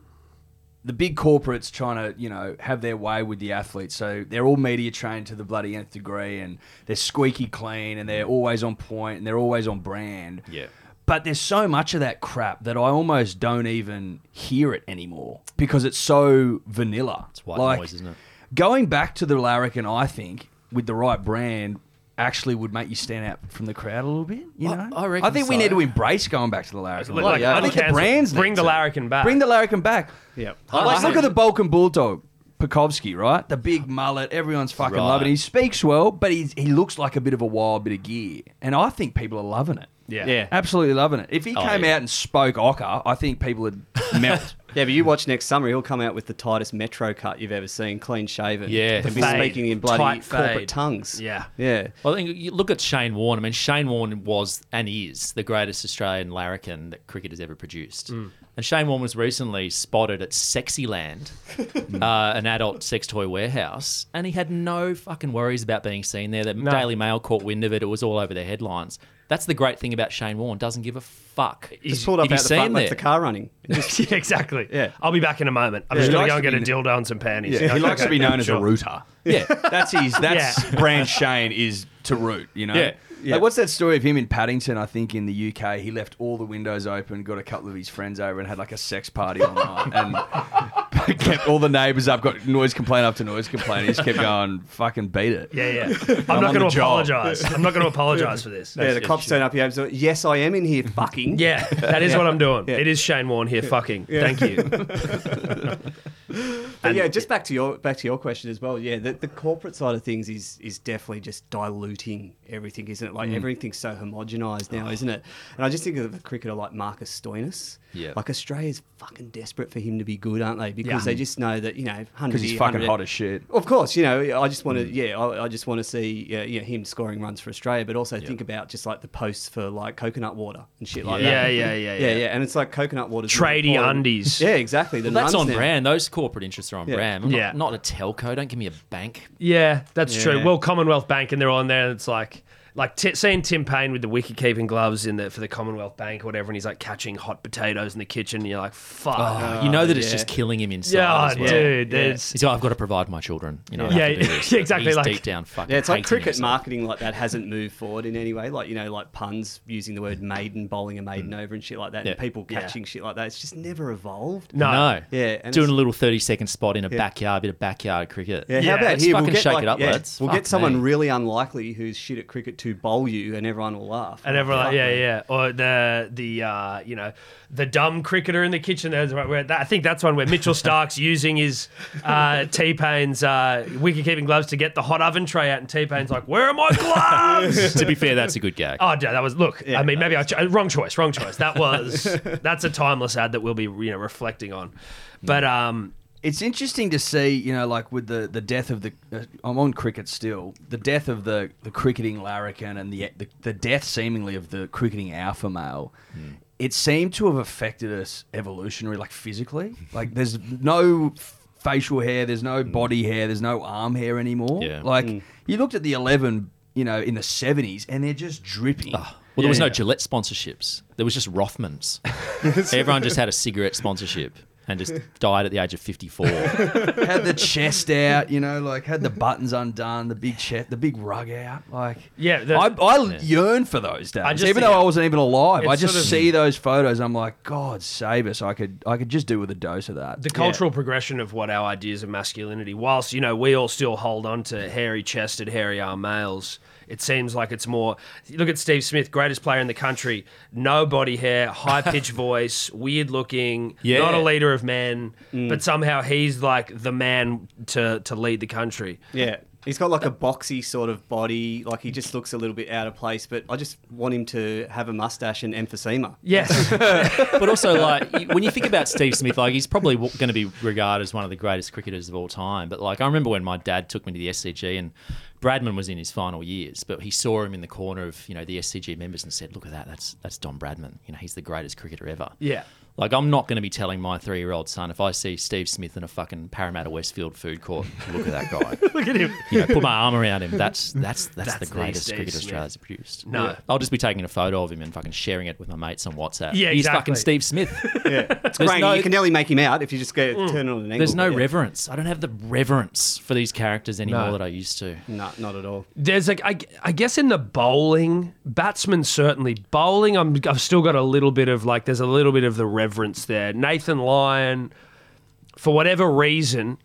Speaker 3: the big corporates trying to, you know, have their way with the athletes. So they're all media trained to the bloody nth degree, and they're squeaky clean, and they're always on point, and they're always on brand.
Speaker 5: Yeah.
Speaker 3: But there's so much of that crap that I almost don't even hear it anymore because it's so vanilla. It's
Speaker 5: white noise, isn't it?
Speaker 3: Going back to the larrikin, I think with the right brand actually would make you stand out from the crowd a little bit. You
Speaker 5: I-
Speaker 3: know,
Speaker 5: I reckon
Speaker 3: think we
Speaker 5: so.
Speaker 3: need to embrace going back to the larrikin.
Speaker 2: Like, yeah.
Speaker 3: I think the
Speaker 2: uncancel-
Speaker 3: brands
Speaker 2: bring
Speaker 3: need
Speaker 2: the
Speaker 3: to.
Speaker 2: larrikin back.
Speaker 3: Bring the larrikin back.
Speaker 4: Yeah.
Speaker 3: Like,
Speaker 4: I-
Speaker 3: look at the Balkan bulldog. Pekowski, right? The big mullet, everyone's fucking
Speaker 5: Right.
Speaker 3: loving. it. He speaks well, but he's, he looks like a bit of a wild bit of gear, and I think people are loving it.
Speaker 2: Yeah.
Speaker 4: Yeah.
Speaker 3: Absolutely loving it. If he
Speaker 5: Oh,
Speaker 3: came
Speaker 5: yeah.
Speaker 3: out and spoke Ocker, I think people would melt.
Speaker 4: Yeah, but you watch next summer, he'll come out with the tightest metro cut you've ever seen, clean shaven.
Speaker 5: Yeah.
Speaker 4: and
Speaker 5: The
Speaker 4: be
Speaker 2: fade.
Speaker 4: speaking in bloody
Speaker 2: Tight
Speaker 4: corporate
Speaker 2: fade.
Speaker 4: tongues.
Speaker 2: Yeah.
Speaker 4: yeah.
Speaker 5: Well, I think you look at Shane Warne. I mean, Shane Warne was and is the greatest Australian larrikin that cricket has ever produced.
Speaker 4: Mm.
Speaker 5: And Shane Warne was recently spotted at Sexyland, uh, an adult sex toy warehouse, and he had no fucking worries about being seen there. The Daily Mail caught wind of it. It was all over their headlines. That's the great thing about Shane Warne. Doesn't give a fuck.
Speaker 4: Just pulled up
Speaker 5: Have you
Speaker 4: out the
Speaker 5: seen
Speaker 4: front, left
Speaker 5: there?
Speaker 4: the car running. Just-
Speaker 2: Yeah, exactly.
Speaker 4: Yeah.
Speaker 2: I'll be back in a moment. I'm
Speaker 3: Yeah.
Speaker 2: just
Speaker 3: He
Speaker 2: gonna
Speaker 3: likes
Speaker 2: go and
Speaker 3: to
Speaker 2: get a
Speaker 3: be
Speaker 2: dildo and some panties.
Speaker 3: he likes to be known as a
Speaker 2: Sure.
Speaker 3: rooter.
Speaker 5: Yeah.
Speaker 3: That's his. That's
Speaker 2: Yeah.
Speaker 3: brand Shane is to root. You know.
Speaker 5: Yeah.
Speaker 3: Like, what's that story of him in Paddington? I think in the UK, he left all the windows open, got a couple of his friends over, and had like a sex party all night, and kept all the neighbours up. Got noise complaint after noise complaint. He just kept going, "Fucking beat it."
Speaker 2: Yeah, yeah.
Speaker 3: I'm
Speaker 2: I'm
Speaker 3: on
Speaker 2: not
Speaker 3: the
Speaker 2: going to
Speaker 3: job.
Speaker 2: apologize. I'm not going to apologize for this.
Speaker 4: yeah, the cops turn up here. So, yes, I am in here. Fucking.
Speaker 2: Yeah, that is what I'm doing. It is Shane Warne here. Fucking. Thank you.
Speaker 4: But yeah, just back to your back to your question as well. Yeah, the, the corporate side of things is is definitely just diluting everything, isn't it? Like everything's so homogenised now, isn't it? And I just think of a cricketer like Marcus Stoinis.
Speaker 5: Yeah.
Speaker 4: like Australia's fucking desperate for him to be good, aren't they? Because
Speaker 2: Yeah.
Speaker 4: they just know that you know
Speaker 3: Because
Speaker 4: hundred
Speaker 3: he's fucking hot as shit.
Speaker 4: Of course, you know, I just want to, yeah, I, I just want to see, yeah, you know, him scoring runs for Australia, but also think about just like the posts for like coconut water and shit like
Speaker 2: Yeah,
Speaker 4: that.
Speaker 2: yeah, yeah,
Speaker 4: yeah,
Speaker 2: yeah.
Speaker 4: yeah. And it's like coconut water.
Speaker 2: Tradie undies.
Speaker 4: Yeah, exactly. The
Speaker 5: Well, that's
Speaker 4: nuns
Speaker 5: on
Speaker 4: now.
Speaker 5: brand. Those corporate interests are on
Speaker 4: Yeah.
Speaker 5: brand. I'm
Speaker 2: Yeah.
Speaker 5: Not, not a telco. Don't give me a bank.
Speaker 2: Yeah, that's true.
Speaker 4: Yeah.
Speaker 2: Well, Commonwealth Bank, and they're on there, and it's like. Like t- seeing Tim Payne with the wicket keeping gloves in the for the Commonwealth Bank or whatever, and he's like catching hot potatoes in the kitchen. And you're like, fuck.
Speaker 5: Oh, you know that it's
Speaker 4: yeah.
Speaker 5: just killing him inside.
Speaker 2: yeah,
Speaker 5: as well.
Speaker 2: dude.
Speaker 4: Yeah.
Speaker 2: There's,
Speaker 5: He's like, I've got to provide my children. You know, I
Speaker 2: Yeah,
Speaker 5: have to do this.
Speaker 2: yeah, exactly,
Speaker 5: He's
Speaker 2: like-
Speaker 5: deep down, fucking.
Speaker 4: Yeah, it's like
Speaker 5: hating
Speaker 4: cricket
Speaker 5: himself.
Speaker 4: marketing like that hasn't moved forward in any way. Like, you know, like puns using the word maiden, bowling a maiden over and shit like that,
Speaker 5: Mm. Yeah.
Speaker 4: and people
Speaker 2: Yeah.
Speaker 4: catching shit like that. It's just never evolved.
Speaker 2: No.
Speaker 5: No.
Speaker 4: Yeah, and
Speaker 5: Doing
Speaker 4: it's-
Speaker 5: a little thirty-second spot in a backyard, bit of backyard cricket.
Speaker 4: Yeah,
Speaker 2: Yeah,
Speaker 4: how about
Speaker 5: let's
Speaker 4: here?
Speaker 5: fucking
Speaker 4: we'll get,
Speaker 5: shake
Speaker 4: like-
Speaker 5: it up,
Speaker 4: yeah,
Speaker 5: lads.
Speaker 4: We'll
Speaker 5: Fuck
Speaker 4: get someone
Speaker 5: me.
Speaker 4: really unlikely who's shit at cricket to bowl you, and everyone will laugh.
Speaker 2: And everyone, like, yeah, yeah, or the the uh, you know the dumb cricketer in the kitchen. There's right where that, I think that's one where Mitchell Stark's using his uh, T Pain's uh, wicket keeping gloves to get the hot oven tray out, and T Pain's like, "Where are my gloves?"
Speaker 5: to be fair, that's a good gag.
Speaker 2: oh, dude, that was look. I mean, maybe I ch- uh, wrong choice, wrong choice. That was that's a timeless ad that we'll be you know reflecting on, but um.
Speaker 3: It's interesting to see, you know, like with the, the death of the. Uh, I'm on cricket still. The death of the, the cricketing larrikin and the, the the death seemingly of the cricketing alpha male. It seemed to have affected us evolutionary, like physically. Like there's no facial hair, there's no body hair, there's no arm hair anymore.
Speaker 5: Yeah.
Speaker 3: Like you looked at the eleven, you know, in the seventies, and they're just dripping.
Speaker 5: Well, there was no
Speaker 3: Yeah.
Speaker 5: Gillette sponsorships. There was just Rothmans. Everyone just had a cigarette sponsorship and just died at the age of 54.
Speaker 3: had the chest out, you know, like had the buttons undone, the big chest, the big rug out, like
Speaker 2: Yeah, the-
Speaker 3: I, I
Speaker 5: Yeah.
Speaker 3: yearn for those days.
Speaker 2: I just
Speaker 3: even
Speaker 2: think-
Speaker 3: though I wasn't even alive, I
Speaker 2: It's
Speaker 3: just
Speaker 2: sort of-
Speaker 3: see those photos. I'm like, God save us! I could, I could just do with a dose of that.
Speaker 2: the cultural progression of what our ideas of masculinity, whilst you know we all still hold on to hairy-chested, hairy-armed males, it seems like it's more. Look at Steve Smith, greatest player in the country, no body hair, high-pitched voice, weird-looking,
Speaker 5: Yeah.
Speaker 2: not a leader of men, but somehow he's like the man to to lead the country.
Speaker 4: Yeah. He's got like a boxy sort of body, like he just looks a little bit out of place, but I just want him to have a mustache and emphysema.
Speaker 2: Yes,
Speaker 5: but also, like, you- when you think about Steve Smith, like, he's probably going to be regarded as one of the greatest cricketers of all time. But, like, I remember when my dad took me to the SCG and Bradman was in his final years, but he saw him in the corner of, you know, the SCG members and said, look at that, that's, that's Don Bradman. You know, he's the greatest cricketer ever.
Speaker 2: Yeah.
Speaker 5: Like, I'm not going to be telling my three-year-old son if I see Steve Smith in a fucking Parramatta Westfield food court, look at that guy.
Speaker 2: look at him.
Speaker 5: you know, put my arm around him. That's that's that's,
Speaker 2: That's
Speaker 5: the greatest
Speaker 2: the
Speaker 5: cricket
Speaker 2: Steve
Speaker 5: Australia's produced.
Speaker 2: No.
Speaker 5: Yeah. I'll just be taking a photo of him and fucking sharing it with my mates on WhatsApp.
Speaker 2: Yeah,
Speaker 5: he's
Speaker 2: exactly.
Speaker 5: fucking Steve Smith.
Speaker 4: Yeah. It's
Speaker 5: There's
Speaker 4: great.
Speaker 5: no-
Speaker 4: you can only make him out if you just go
Speaker 2: Mm.
Speaker 4: turn it on an angle.
Speaker 5: There's no
Speaker 4: but yeah.
Speaker 5: reverence. I don't have the reverence for these characters anymore
Speaker 2: No.
Speaker 5: that I used to.
Speaker 4: No, not at all.
Speaker 2: There's like I, I guess in the bowling, batsmen certainly bowling. I'm I've still got a little bit of like there's a little bit of the reverence there. Nathan Lyon, for whatever reason,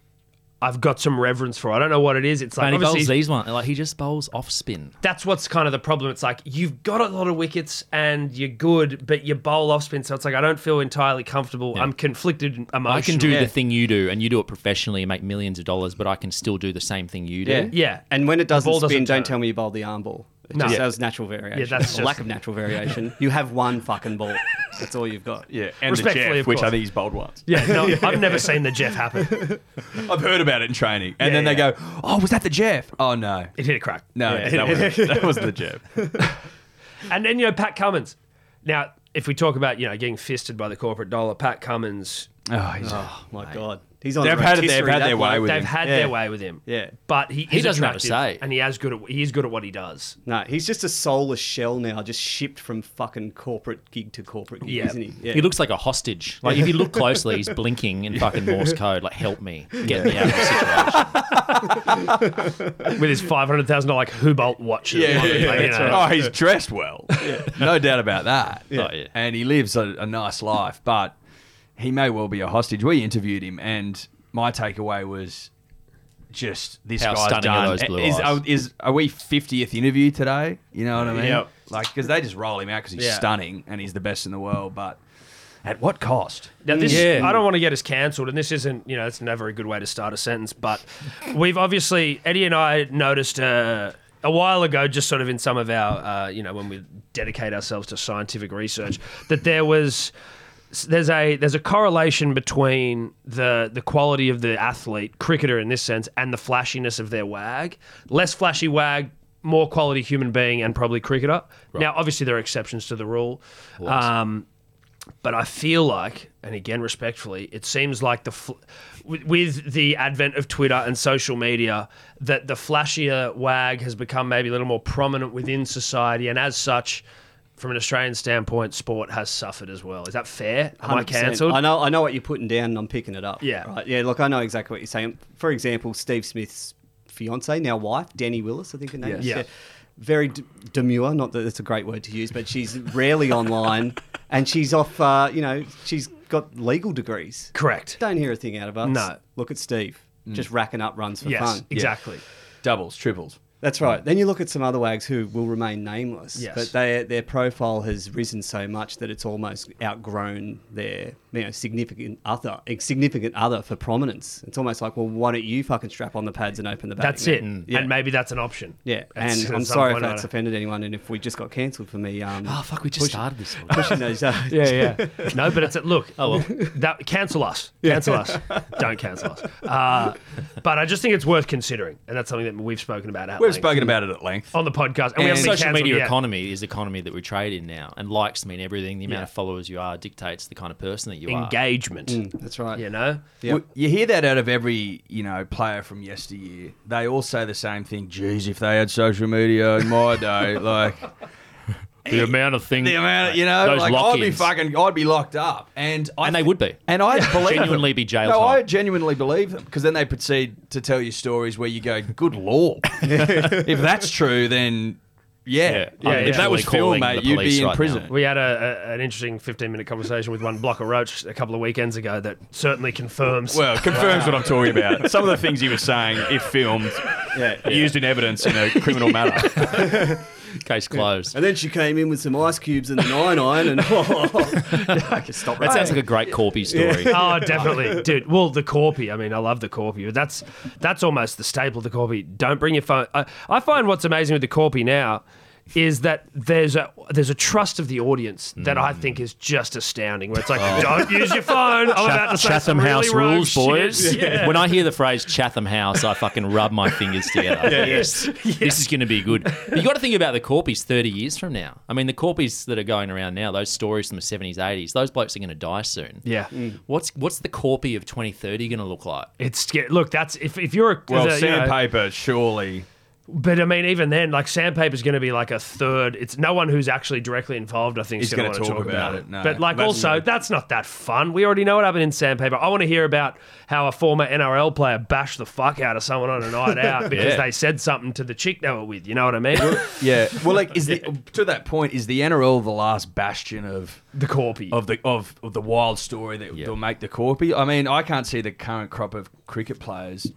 Speaker 2: I've got some reverence for. I don't know what it is. It's like
Speaker 5: and he bowls
Speaker 2: obviously
Speaker 5: these ones. Like he just bowls off spin.
Speaker 2: that's what's kind of the problem. It's like you've got a lot of wickets and you're good, but you bowl off spin. So it's like I don't feel entirely comfortable. I'm conflicted emotionally.
Speaker 5: I can do the thing you do, and you do it professionally and make millions of dollars, but I can still do the same thing you do.
Speaker 4: Yeah.
Speaker 2: Yeah.
Speaker 4: And when it doesn't
Speaker 2: ball
Speaker 4: spin,
Speaker 2: doesn't turn.
Speaker 4: don't tell me you bowled the arm ball. It
Speaker 2: No.
Speaker 4: just
Speaker 2: Yeah.
Speaker 4: has natural variation.
Speaker 2: Yeah, that's
Speaker 4: Or
Speaker 2: just-
Speaker 4: lack of natural variation. You have one fucking ball. That's all you've got.
Speaker 3: yeah, and
Speaker 2: the Respectfully, Jeff, of which I course. think
Speaker 3: he's bold once.
Speaker 2: Yeah, no, I've never seen the Jeff happen.
Speaker 3: I've heard about it in training,
Speaker 2: Yeah,
Speaker 3: and then they
Speaker 2: yeah.
Speaker 3: go, "Oh, was that the Jeff? Oh no,
Speaker 2: It hit a crack.
Speaker 3: no, that, was, that was the Jeff."
Speaker 2: And then you know Pat Cummins. Now, if we talk about you know getting fisted by the corporate dollar, Pat Cummins,
Speaker 3: Oh, he's
Speaker 4: Oh, my God. He's on
Speaker 3: They've
Speaker 4: a
Speaker 3: had it- they've
Speaker 4: rotisserie,
Speaker 3: had
Speaker 4: that
Speaker 3: their way
Speaker 4: bloke.
Speaker 3: with
Speaker 2: they've
Speaker 3: him.
Speaker 2: had
Speaker 4: Yeah.
Speaker 2: their way with him.
Speaker 4: Yeah.
Speaker 2: but he is
Speaker 5: doesn't have a
Speaker 2: attractive,
Speaker 5: say.
Speaker 2: and he has good. At, he is good at what he does.
Speaker 4: No, he's just a soulless shell now, just shipped from fucking corporate gig to corporate gig,
Speaker 2: Yeah.
Speaker 4: isn't he? Yeah.
Speaker 5: He looks like a hostage. Like if you look closely, he's blinking in fucking Morse code. Like, help me, get me out of this situation.
Speaker 2: With his five hundred thousand dollar like Hubalt watch. at the
Speaker 3: Yeah,
Speaker 2: moment,
Speaker 3: yeah,
Speaker 2: like,
Speaker 3: yeah,
Speaker 2: you
Speaker 3: that's
Speaker 2: know.
Speaker 3: right. Oh, he's dressed well. No doubt about that.
Speaker 5: Yeah. Oh, yeah.
Speaker 3: And he lives a, a nice life, but he may well be a hostage. We interviewed him, and my takeaway was just this
Speaker 5: How
Speaker 3: guy's
Speaker 5: stunning are
Speaker 3: done.
Speaker 5: those blue
Speaker 3: is,
Speaker 5: eyes?
Speaker 3: Are, is- are we fiftieth interview today? You know what I mean?
Speaker 4: Yep.
Speaker 3: Like because they just roll him out because he's
Speaker 2: Yeah.
Speaker 3: stunning and he's the best in the world, but at what cost?
Speaker 2: Now this,
Speaker 5: Yeah.
Speaker 2: I don't want to get us cancelled, and this isn't, you know, it's never a good way to start a sentence. But we've obviously Eddie and I noticed uh, a while ago, just sort of in some of our, uh, you know, when we dedicate ourselves to scientific research, that there was there's a there's a correlation between the the quality of the athlete, cricketer in this sense, and the flashiness of their wag. Less flashy wag. More quality human being and probably cricketer. Now, obviously, there are exceptions to the rule. Um, but I feel like, and again, respectfully, it seems like the fl- with, with the advent of Twitter and social media, that the flashier wag has become maybe a little more prominent within society, and as such, from an Australian standpoint, sport has suffered as well. Is that fair? Am I
Speaker 4: 100%.
Speaker 2: cancelled?
Speaker 4: I know, I know what you're putting down, and I'm picking it up.
Speaker 2: Yeah.
Speaker 4: right. Yeah, look, I know exactly what you're saying. For example, Steve Smith's fiance, now wife, Danny Willis, I think her name is.
Speaker 2: Yeah.
Speaker 4: Very d- demure. Not that it's a great word to use, but she's rarely online, and she's off. Uh, you know, she's got legal degrees.
Speaker 2: Correct.
Speaker 4: Don't hear a thing out of us.
Speaker 2: No. Mm.
Speaker 4: Look at Steve, just racking up runs for
Speaker 2: Yes,
Speaker 4: fun.
Speaker 2: exactly.
Speaker 3: Doubles, triples.
Speaker 4: That's right. Then you look at some other wags who will remain nameless,
Speaker 2: Yes.
Speaker 4: but their their profile has risen so much that it's almost outgrown their you know significant other significant other for prominence. It's almost like, well, why don't you fucking strap on the pads and open the batting?
Speaker 2: That's it.
Speaker 4: net? Mm. Yeah.
Speaker 2: And maybe that's an option.
Speaker 4: yeah,
Speaker 2: At s-
Speaker 4: and
Speaker 2: at
Speaker 4: I'm
Speaker 2: some
Speaker 4: sorry if
Speaker 2: point, I
Speaker 4: that's
Speaker 2: don't-
Speaker 4: offended anyone, and if we just got cancelled for me, um,
Speaker 5: Oh fuck, we just
Speaker 4: Push-
Speaker 5: started this. One.
Speaker 4: pushing those. Uh,
Speaker 2: Yeah, yeah. no, but it's a, look.
Speaker 5: Oh, well.
Speaker 2: that cancel us, cancel us. Don't cancel us. Uh, but I just think it's worth considering, and that's something that we've spoken about. At
Speaker 3: We've
Speaker 2: length
Speaker 3: spoken about it at length.
Speaker 2: on the podcast, and, we
Speaker 3: And
Speaker 2: haven't been
Speaker 5: social
Speaker 2: cancelled
Speaker 5: media
Speaker 2: yet.
Speaker 5: economy is the economy that we trade in now, and likes mean everything. The amount
Speaker 2: Yeah.
Speaker 5: of followers you are dictates the kind of person that you are.
Speaker 2: engagement.
Speaker 4: that's right.
Speaker 2: You know,
Speaker 4: Yeah.
Speaker 3: Well, You hear that out of every you know player from yesteryear. They all say the same thing. Geez, if they had social media in my day, like
Speaker 5: The amount of things,
Speaker 3: the amount, of, you know,
Speaker 5: those
Speaker 3: like I'd be
Speaker 5: lock-ins.
Speaker 3: fucking, I'd be locked up, and I
Speaker 5: and they
Speaker 3: thi-
Speaker 5: would be.
Speaker 3: and I believe
Speaker 5: Genuinely
Speaker 3: them.
Speaker 5: be jail
Speaker 3: No,
Speaker 5: time.
Speaker 3: I genuinely believe them because then they proceed to tell you stories where you go, "Good lord!" if that's true, then yeah,
Speaker 2: yeah,
Speaker 5: Yeah,
Speaker 3: if that was
Speaker 5: literally
Speaker 3: film,
Speaker 5: calling
Speaker 3: mate,
Speaker 5: the
Speaker 3: you'd
Speaker 5: police
Speaker 3: be in
Speaker 5: right now.
Speaker 3: prison.
Speaker 2: we had a, a, an interesting 15 minute conversation with one Blocker Roach a couple of weekends ago that certainly confirms.
Speaker 7: Well, it confirms what I'm talking about. Some of the things he was saying, if filmed,
Speaker 4: Yeah,
Speaker 7: are used in evidence in a criminal matter.
Speaker 5: Case closed.
Speaker 4: And then she came in with some ice cubes and a nine iron, and stop.
Speaker 5: That sounds like a great Corby story.
Speaker 2: oh, definitely, dude. Well, the corpy. I mean, I love the corpy. But that's that's almost the staple. of The corpy. Don't bring your phone. I, I find what's amazing with the corpy now is that there's a there's a trust of the audience that I think is just astounding. Where it's like, don't use your phone. I'm about to say
Speaker 5: Oh.
Speaker 2: some
Speaker 5: Chatham House
Speaker 2: really rogue
Speaker 5: rules,
Speaker 2: shit.
Speaker 5: boys.
Speaker 2: Yeah.
Speaker 5: When I hear the phrase Chatham House, I fucking rub my fingers together. yes, this is going to be good. But you got to think about the corpies thirty years from now. I mean, the corpies that are going around now, those stories from the seventies, eighties, those blokes are going to die soon.
Speaker 2: Yeah.
Speaker 5: What's what's the corpy of twenty thirty going to look like?
Speaker 2: It's sca- look. That's if, if you're a
Speaker 7: Well,
Speaker 2: as a, you know-
Speaker 7: sandpaper, surely.
Speaker 2: But I mean, even then, like sandpaper's going to be like a third. It's no one who's actually directly involved. I think is
Speaker 3: Is
Speaker 2: going to
Speaker 3: gonna
Speaker 2: talk,
Speaker 3: talk
Speaker 2: about,
Speaker 3: about
Speaker 2: it.
Speaker 3: it, no.
Speaker 2: But like,
Speaker 3: That's-
Speaker 2: also, that's not that fun. We already know what happened in sandpaper. I want to hear about how a former NRL player bashed the fuck out of someone on a night out because
Speaker 5: Yeah.
Speaker 2: they said something to the chick they were with. You know what I mean?
Speaker 3: Yeah. Well, like, is the to that point is the NRL the last bastion of
Speaker 2: the corpy.
Speaker 3: of the of, of the wild story that will make the corpy? I mean, I can't see the current crop of cricket players.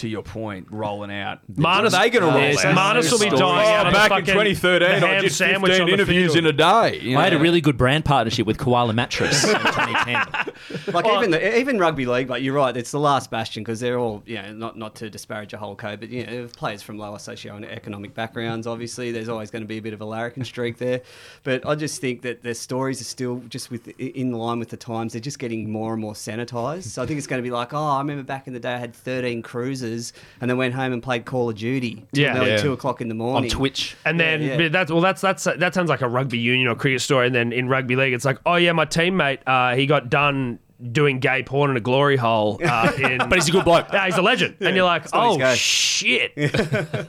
Speaker 3: To your point, rolling out.
Speaker 2: Marnus-
Speaker 3: what are they going to roll
Speaker 2: Yes,
Speaker 3: out?
Speaker 2: Marnus will be
Speaker 3: Stories.
Speaker 2: dying out
Speaker 3: Oh,
Speaker 2: of the
Speaker 3: back
Speaker 2: fucking-
Speaker 3: in 2013,
Speaker 2: the
Speaker 3: I
Speaker 2: ham
Speaker 3: did
Speaker 2: sandwich
Speaker 3: 15
Speaker 2: on the
Speaker 3: interviews
Speaker 2: field.
Speaker 3: in a day. you
Speaker 5: I had a
Speaker 3: know?
Speaker 5: really good brand partnership with Koala Mattress in 2010.
Speaker 4: Like even the, e, even rugby league, but you're right, it's the last bastion because they're all you know not not to disparage a whole code, but you know players from lower socio-economic backgrounds. Obviously, there's always going to be a bit of a larrikin streak there, but I just think that their stories are still just with in line with the times. They're just getting more and more sanitized. So I think it's going to be like, oh, I remember back in the day I had 13 cruises and then went home and played Call of Duty. till
Speaker 2: Yeah.
Speaker 4: about
Speaker 2: Yeah.
Speaker 4: two o'clock in the
Speaker 5: on
Speaker 4: morning
Speaker 5: Twitch.
Speaker 2: And then
Speaker 4: Yeah, yeah.
Speaker 2: but that's well, that's that's that sounds like a rugby union or cricket story. And then in rugby league, it's like, oh yeah, my teammate, uh, he got done doing gay porn in a glory hole. Uh, in, but
Speaker 5: he's a good bloke.
Speaker 2: Yeah, he's a legend. And you're like,
Speaker 4: what
Speaker 2: oh
Speaker 4: he's got."
Speaker 2: shit,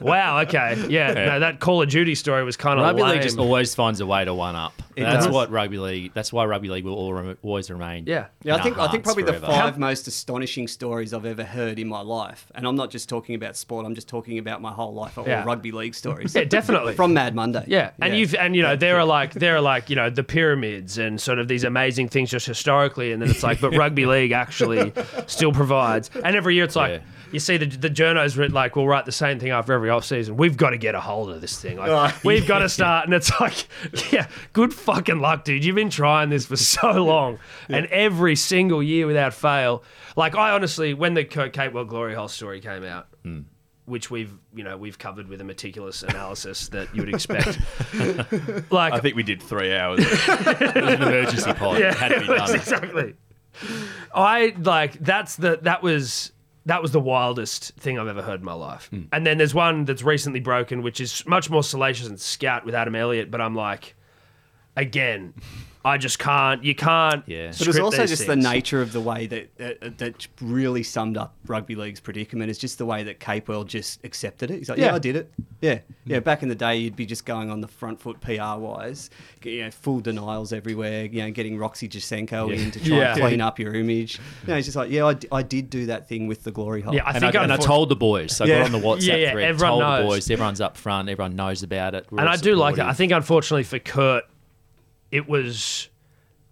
Speaker 2: wow, okay, yeah. No, that Call of Duty story was kind of
Speaker 5: Rugby
Speaker 2: lame.
Speaker 5: league just always finds a way to one up. that's
Speaker 4: does.
Speaker 5: what rugby league. That's why rugby league will all rem- always remain.
Speaker 2: Yeah.
Speaker 4: Yeah, I
Speaker 5: in our
Speaker 4: think I think
Speaker 5: hearts
Speaker 4: probably the
Speaker 5: forever.
Speaker 4: five most astonishing stories I've ever heard in my life, and I'm not just talking about sport. I'm just talking about my whole life. All
Speaker 2: Yeah.
Speaker 4: rugby league stories.
Speaker 2: Yeah, definitely.
Speaker 4: From Mad Monday.
Speaker 2: Yeah, and you've and you know there are like there are like you know the pyramids and sort of these amazing things just historically, and then it's like, but rugby league actually still provides. And every year it's like
Speaker 5: Yeah.
Speaker 2: you see the the journos writ like we'll write the same thing after every off season. We've got to get a hold of this thing. Like we've got to start, and it's like, yeah, good fucking luck, dude. You've been trying this for so long, and every single year without fail. Like I honestly, when the Kurt Capewell glory hole story came out which we've you know we've covered with a meticulous analysis that you would expect. like
Speaker 7: I think we did three hours.
Speaker 5: an emergency pod.
Speaker 2: yeah,
Speaker 5: it had to be
Speaker 2: it was
Speaker 5: done.
Speaker 2: exactly. I like that's the that was that was the wildest thing I've ever heard in my life.
Speaker 5: Hmm.
Speaker 2: And then there's one that's recently broken, which is much more salacious and scout with Adam Elliott. But I'm like, again, I just can't. You can't.
Speaker 5: Yeah.
Speaker 4: But it was
Speaker 2: script
Speaker 4: also
Speaker 2: these
Speaker 4: just
Speaker 2: things.
Speaker 4: the nature of the way that, that that really summed up rugby league's predicament. Is just the way that Capewell just accepted it. He's like, yeah,
Speaker 2: Yeah.
Speaker 4: I did it. Yeah, yeah. Back in the day, you'd be just going on the front foot PR wise, you know, full denials everywhere. You know, getting Roxy Jasenko in to try
Speaker 2: Yeah.
Speaker 4: and clean up your image. No, it's just like, yeah, I, d- I did do that thing with the glory hole.
Speaker 2: Yeah, I
Speaker 5: And, I,
Speaker 2: think
Speaker 5: and I
Speaker 2: unfor-
Speaker 5: told the boys. I
Speaker 4: Yeah.
Speaker 5: got on the WhatsApp
Speaker 2: Yeah, yeah,
Speaker 5: thread.
Speaker 2: everyone
Speaker 5: told
Speaker 2: knows.
Speaker 5: the boys. Everyone's up front. Everyone knows about it. We're
Speaker 2: and
Speaker 5: all
Speaker 2: I do like that. I
Speaker 5: supportive.
Speaker 2: think unfortunately for Kurt, it was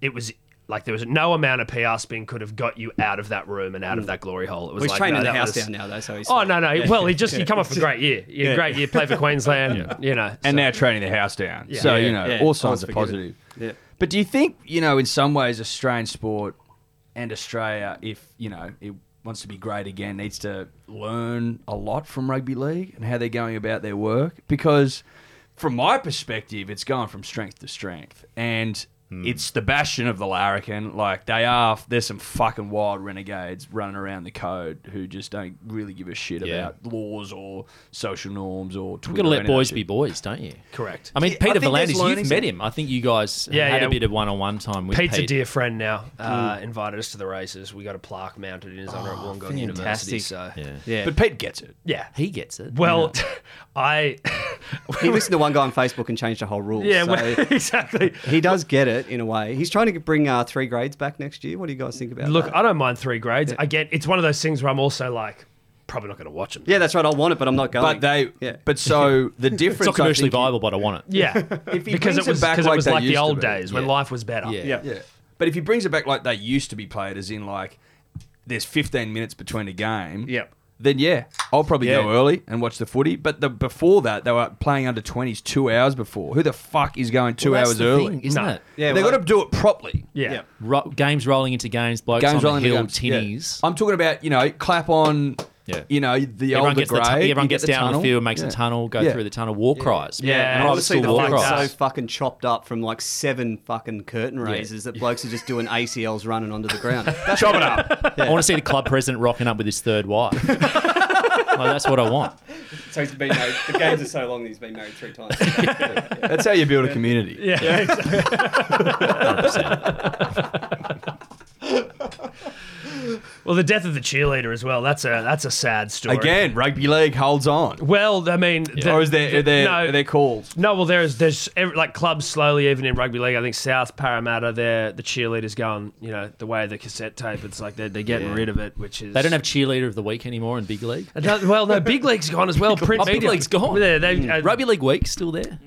Speaker 2: it was like there was no amount of PR spin could have got you out of that room and out of that glory hole. It was
Speaker 4: Well, he's
Speaker 2: like,
Speaker 4: training
Speaker 2: no,
Speaker 4: the
Speaker 2: that
Speaker 4: house
Speaker 2: was-
Speaker 4: down now though, so he's
Speaker 2: Oh
Speaker 4: fine.
Speaker 2: no no!
Speaker 4: Yeah.
Speaker 2: Well, he just he come off a great year. Yeah, great year. Played for Queensland. You know,
Speaker 3: and
Speaker 2: so-
Speaker 3: now training the house down.
Speaker 2: Yeah.
Speaker 3: So
Speaker 2: Yeah,
Speaker 3: you know,
Speaker 4: yeah.
Speaker 3: all signs
Speaker 4: Always
Speaker 3: are
Speaker 4: forgiven.
Speaker 3: positive.
Speaker 4: Yeah.
Speaker 3: But do you think you know, in some ways, Australian sport and Australia, if you know, it wants to be great again, needs to learn a lot from rugby league and how they're going about their work because. From my perspective, it's going from strength to strength, and it's the bastion of the larrikin. Like they are, there's some fucking wild renegades running around the code who just don't really give a shit
Speaker 5: Yeah.
Speaker 3: about laws or social norms or.
Speaker 5: We've
Speaker 3: Twitter
Speaker 5: got to
Speaker 3: or
Speaker 5: let
Speaker 3: any of that
Speaker 5: boys
Speaker 3: shit.
Speaker 5: be boys, don't you?
Speaker 2: correct.
Speaker 5: I mean,
Speaker 3: Yeah, I
Speaker 5: Peter
Speaker 3: think there's
Speaker 5: Valandis,
Speaker 3: learnings
Speaker 5: you've met him. I think you guys
Speaker 2: Yeah,
Speaker 5: had
Speaker 2: yeah.
Speaker 5: a bit of one-on-one time with
Speaker 2: Pete's
Speaker 5: Pete.
Speaker 2: a dear friend now.
Speaker 4: Mm.
Speaker 2: Uh, Invited us to the races. We got a plaque mounted in his honor at Wollongong University.
Speaker 4: Oh, fantastic.
Speaker 2: So
Speaker 5: Yeah.
Speaker 4: Yeah.
Speaker 3: But Pete gets it.
Speaker 2: yeah.
Speaker 5: He gets it.
Speaker 2: Well, I
Speaker 4: he listened to one guy on Facebook and changed the whole rules.
Speaker 2: yeah
Speaker 4: so
Speaker 2: well, exactly.
Speaker 4: he does get it in a way. He's trying to bring uh, three grades back next year. What do you guys think about
Speaker 2: Look,
Speaker 4: that?
Speaker 2: I don't mind three grades. Again, it's one of those things where I'm also like, probably not going to watch them.
Speaker 4: yeah, that's right. I want it, but I'm not
Speaker 3: But
Speaker 4: going.
Speaker 3: they,
Speaker 4: yeah.
Speaker 3: but so the
Speaker 5: it's
Speaker 3: difference.
Speaker 5: not commercially
Speaker 3: I think,
Speaker 5: viable, but I want it.
Speaker 2: Yeah,
Speaker 3: he
Speaker 2: because
Speaker 3: brings
Speaker 2: it
Speaker 3: it
Speaker 2: was
Speaker 3: back
Speaker 2: because it
Speaker 3: like
Speaker 2: was
Speaker 3: they
Speaker 2: like the
Speaker 3: used to
Speaker 2: old
Speaker 3: be.
Speaker 2: days when
Speaker 5: Yeah.
Speaker 2: life was better.
Speaker 5: Yeah.
Speaker 4: yeah.
Speaker 3: Yeah, but if he brings it back like they used to be played, as in like there's 15 minutes between a game.
Speaker 4: Yep.
Speaker 3: Then yeah, I'll probably
Speaker 4: Yeah.
Speaker 3: go early and watch the footy. But the before that, they were playing under 20s two hours before. Who the fuck is going two
Speaker 5: Well, that's
Speaker 3: hours
Speaker 5: the
Speaker 3: early?
Speaker 5: thing, isn't
Speaker 2: No.
Speaker 5: it?
Speaker 4: Yeah,
Speaker 3: they
Speaker 4: well-
Speaker 3: got to do it properly.
Speaker 2: Yeah.
Speaker 4: Yeah.
Speaker 5: Ro- games rolling into games, blokes
Speaker 3: Games
Speaker 5: on
Speaker 3: rolling
Speaker 5: the hill,
Speaker 3: games, yeah.
Speaker 5: tinnies.
Speaker 3: I'm talking about you know clap on.
Speaker 5: Yeah.
Speaker 3: You know the
Speaker 5: Everyone
Speaker 3: older
Speaker 5: gets,
Speaker 3: grade.
Speaker 5: the tu-
Speaker 3: you
Speaker 5: everyone
Speaker 3: get
Speaker 5: gets down
Speaker 3: tunnel.
Speaker 5: the field, makes
Speaker 3: Yeah.
Speaker 5: a tunnel, go
Speaker 3: Yeah.
Speaker 5: through the tunnel, war cries.
Speaker 2: Yeah, and
Speaker 5: Private
Speaker 2: obviously
Speaker 5: school
Speaker 4: the
Speaker 2: the
Speaker 5: war
Speaker 2: fuck's
Speaker 4: fuck's
Speaker 2: fuck's
Speaker 5: cries.
Speaker 2: up.
Speaker 4: so fucking chopped up from like seven fucking curtain raises that blokes are just doing ACLs running onto the ground. That's
Speaker 7: Chop it up.
Speaker 5: I want to see the club president rocking up with his third wife. like, that's what I want.
Speaker 4: so he's been married. The games are so long that he's been married three times.
Speaker 3: That's how you build a community.
Speaker 2: Yeah. well, the death of the cheerleader as well. That's a that's a sad story.
Speaker 3: Again, rugby league holds on.
Speaker 2: Well, I mean, the-
Speaker 3: Or is there, are there,
Speaker 2: no,
Speaker 3: are there calls?
Speaker 2: no. Well, there's there's every, like clubs slowly, even in rugby league. I think South Parramatta, they're the cheerleaders going, you know, the way of the cassette tape. It's like they're, they're getting rid of it, which is
Speaker 5: They don't have cheerleader of the week anymore in big league.
Speaker 2: No, well, no, big league's gone as well. Print
Speaker 5: Oh, big
Speaker 2: media.
Speaker 5: league's gone.
Speaker 2: Yeah, they,
Speaker 3: Mm.
Speaker 2: uh,
Speaker 5: Rugby league week still there.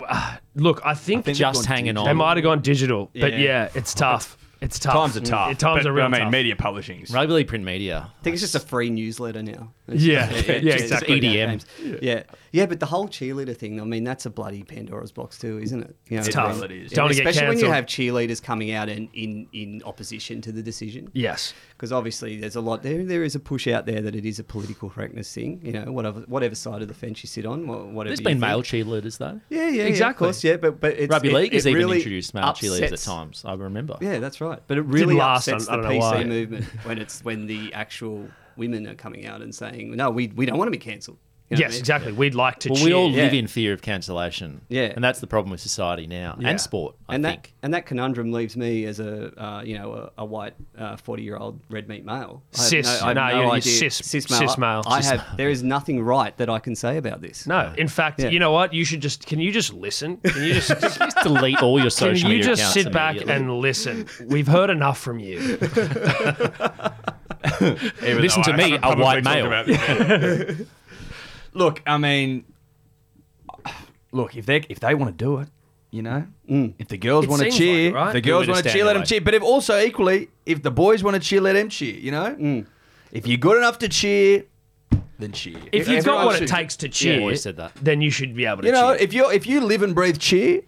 Speaker 2: Look, I think,
Speaker 5: Just hanging
Speaker 2: they
Speaker 5: on.
Speaker 2: might have gone digital, but
Speaker 4: Yeah.
Speaker 2: yeah, it's tough. It's tough.
Speaker 3: Times are tough,
Speaker 2: Oh, mm, Yeah, times
Speaker 7: But,
Speaker 2: are real
Speaker 7: I mean,
Speaker 2: tough.
Speaker 7: media publishing. is-
Speaker 5: Rugby league print media.
Speaker 4: I think it's just a free newsletter now.
Speaker 2: Yeah, yeah,
Speaker 4: just- just
Speaker 2: exactly.
Speaker 4: about
Speaker 5: EDM.
Speaker 4: games. Yeah. yeah, but the whole cheerleader thing. I mean, that's a bloody Pandora's box too, isn't it? You know,
Speaker 2: It's tough.
Speaker 4: when-
Speaker 2: Don't wanna get
Speaker 4: especially when you
Speaker 2: cancelled.
Speaker 4: have cheerleaders coming out and in in opposition to the decision.
Speaker 2: Yes.
Speaker 4: because obviously there's a lot there. There is a push out there that it is a political correctness thing. You know, whatever whatever side of the fence you sit on, wha- whatever.
Speaker 5: There's
Speaker 4: you think.
Speaker 5: been male cheerleaders though.
Speaker 4: Yeah, yeah,
Speaker 2: Exactly.
Speaker 4: exactly. Yeah, of course, yeah, but but it's,
Speaker 5: Rugby
Speaker 4: it- it
Speaker 5: league has even
Speaker 4: really
Speaker 5: introduced male cheerleaders at
Speaker 4: upsets-
Speaker 5: times. I remember.
Speaker 4: Yeah, that's right. But it really
Speaker 2: last,
Speaker 4: upsets
Speaker 2: I- I
Speaker 4: the
Speaker 2: don't know why.
Speaker 4: PC movement when it's when the actual women are coming out and saying, "No, we we don't want to be cancelled." You know what I
Speaker 2: yes,
Speaker 4: mean?
Speaker 2: exactly. We'd like to.
Speaker 5: Well,
Speaker 2: cheer.
Speaker 5: we all live
Speaker 4: Yeah.
Speaker 5: in fear of cancellation.
Speaker 4: Yeah.
Speaker 5: And that's the problem with society now
Speaker 2: Yeah.
Speaker 5: and sport. I
Speaker 4: and
Speaker 5: think.
Speaker 4: that and that conundrum leaves me as a uh, you know a, a white forty year old red meat male. I have
Speaker 2: Cis.
Speaker 4: I have
Speaker 2: No, you're- you're
Speaker 4: idea.
Speaker 2: cis- cis male.
Speaker 4: I, I
Speaker 2: Cis
Speaker 4: have. There is nothing right that I can say about this.
Speaker 2: No, in fact,
Speaker 4: Yeah.
Speaker 2: you know what? You should just. Can you just listen? Can you just?
Speaker 5: just delete all your
Speaker 2: can
Speaker 5: social
Speaker 2: you
Speaker 5: media
Speaker 2: just
Speaker 5: accounts
Speaker 2: sit back
Speaker 5: immediately.
Speaker 2: and listen? We've heard enough from you.
Speaker 7: even
Speaker 5: Listen
Speaker 7: though
Speaker 5: to
Speaker 7: I
Speaker 5: me,
Speaker 7: haven't
Speaker 5: a
Speaker 7: publicly
Speaker 5: white
Speaker 7: talked
Speaker 5: male.
Speaker 7: about this.
Speaker 3: Look, I mean, look if they if they want to do it, you know, if the girls
Speaker 2: Mm. It
Speaker 3: want to
Speaker 2: seems
Speaker 3: cheer,
Speaker 2: like it, right?
Speaker 3: if the
Speaker 2: Who
Speaker 3: girls want
Speaker 5: would have
Speaker 3: to
Speaker 5: stand
Speaker 3: cheer, let
Speaker 5: away?
Speaker 3: them cheer. But if also equally, if the boys want to cheer, let them cheer. You know,
Speaker 2: Mm.
Speaker 3: if you're good enough to cheer, then cheer.
Speaker 2: If you've got
Speaker 4: Everyone
Speaker 2: what it
Speaker 4: should-
Speaker 2: takes to cheer,
Speaker 5: always said that.
Speaker 2: then you should be able to.
Speaker 3: you know,
Speaker 2: cheer.
Speaker 3: if you if you live and breathe cheer,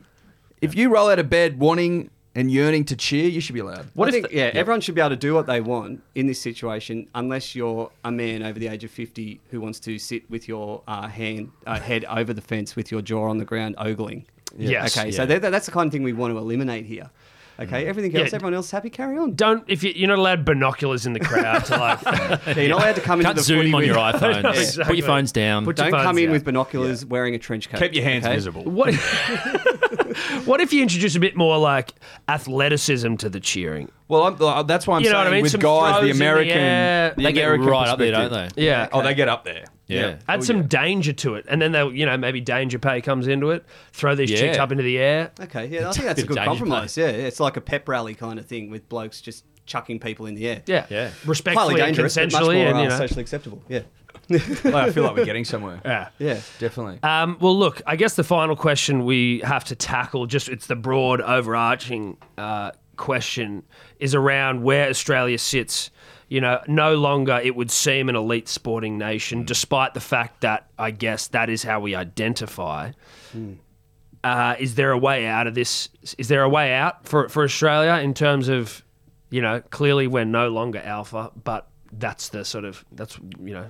Speaker 3: if you roll out of bed wanting and yearning to cheer, you should be allowed.
Speaker 4: What
Speaker 2: What
Speaker 4: I
Speaker 2: if
Speaker 4: think,
Speaker 2: the-
Speaker 4: yeah, everyone should be able to do what they want in this situation, unless you're a man over the age of 50 who wants to sit with your uh, hand uh, head over the fence with your jaw on the ground ogling.
Speaker 2: Yes.
Speaker 4: Okay,
Speaker 5: Yeah.
Speaker 4: so that, that's the kind of thing we want to eliminate here. Okay, everything else,
Speaker 2: Mm. Yeah.
Speaker 4: everyone else happy, carry on.
Speaker 2: don't if you, you're not allowed binoculars in the crowd to like.
Speaker 4: Yeah, you're not allowed to come
Speaker 5: Cut
Speaker 4: into the footy
Speaker 5: Zoom on
Speaker 4: with,
Speaker 5: your iPhones. Put
Speaker 2: exactly.
Speaker 5: your phones down.
Speaker 2: Put your
Speaker 4: Don't
Speaker 2: phones
Speaker 4: come in
Speaker 2: out.
Speaker 4: with binoculars wearing a trench coat.
Speaker 7: Keep your hands
Speaker 4: okay?
Speaker 7: visible.
Speaker 2: What? what if you introduce a bit more like athleticism to the cheering?
Speaker 3: Well, I'm, uh, that's why I'm
Speaker 2: You know
Speaker 3: saying
Speaker 2: what I mean?
Speaker 3: with
Speaker 2: Some
Speaker 3: guys,
Speaker 2: throws in
Speaker 3: the
Speaker 2: the
Speaker 3: American,
Speaker 2: air.
Speaker 3: the
Speaker 5: they get
Speaker 3: American
Speaker 5: right up there, don't
Speaker 3: perspective.
Speaker 5: they?
Speaker 2: Yeah.
Speaker 3: Oh, they get up there.
Speaker 5: Yeah.
Speaker 2: Add some danger to it, and then they'll, you know, maybe danger pay comes into it. Throw these
Speaker 5: Yeah.
Speaker 2: chicks up into the air.
Speaker 4: Okay, yeah, I think that's a good
Speaker 5: Danger
Speaker 4: compromise. Yeah, yeah, it's like a pep rally kind of thing with blokes just chucking people in the air.
Speaker 2: Yeah,
Speaker 5: Yeah.
Speaker 2: Respectfully
Speaker 4: highly
Speaker 2: and
Speaker 4: dangerous, but much more
Speaker 2: consensually, and
Speaker 4: uh,
Speaker 2: you know.
Speaker 4: socially acceptable. Yeah,
Speaker 3: Like, I feel like we're getting somewhere.
Speaker 2: yeah.
Speaker 4: yeah.
Speaker 3: Definitely.
Speaker 2: Um, well, look, I guess the final question we have to tackle just it's the broad, overarching uh, question is around where Australia sits. You know, no longer it would seem an elite sporting
Speaker 3: Hmm.
Speaker 2: nation, despite the fact that I guess that is how we identify.
Speaker 3: Hmm.
Speaker 2: Uh, is there a way out of this? Is there a way out for for Australia in terms of, you know, clearly we're no longer alpha, but that's the sort of that's you know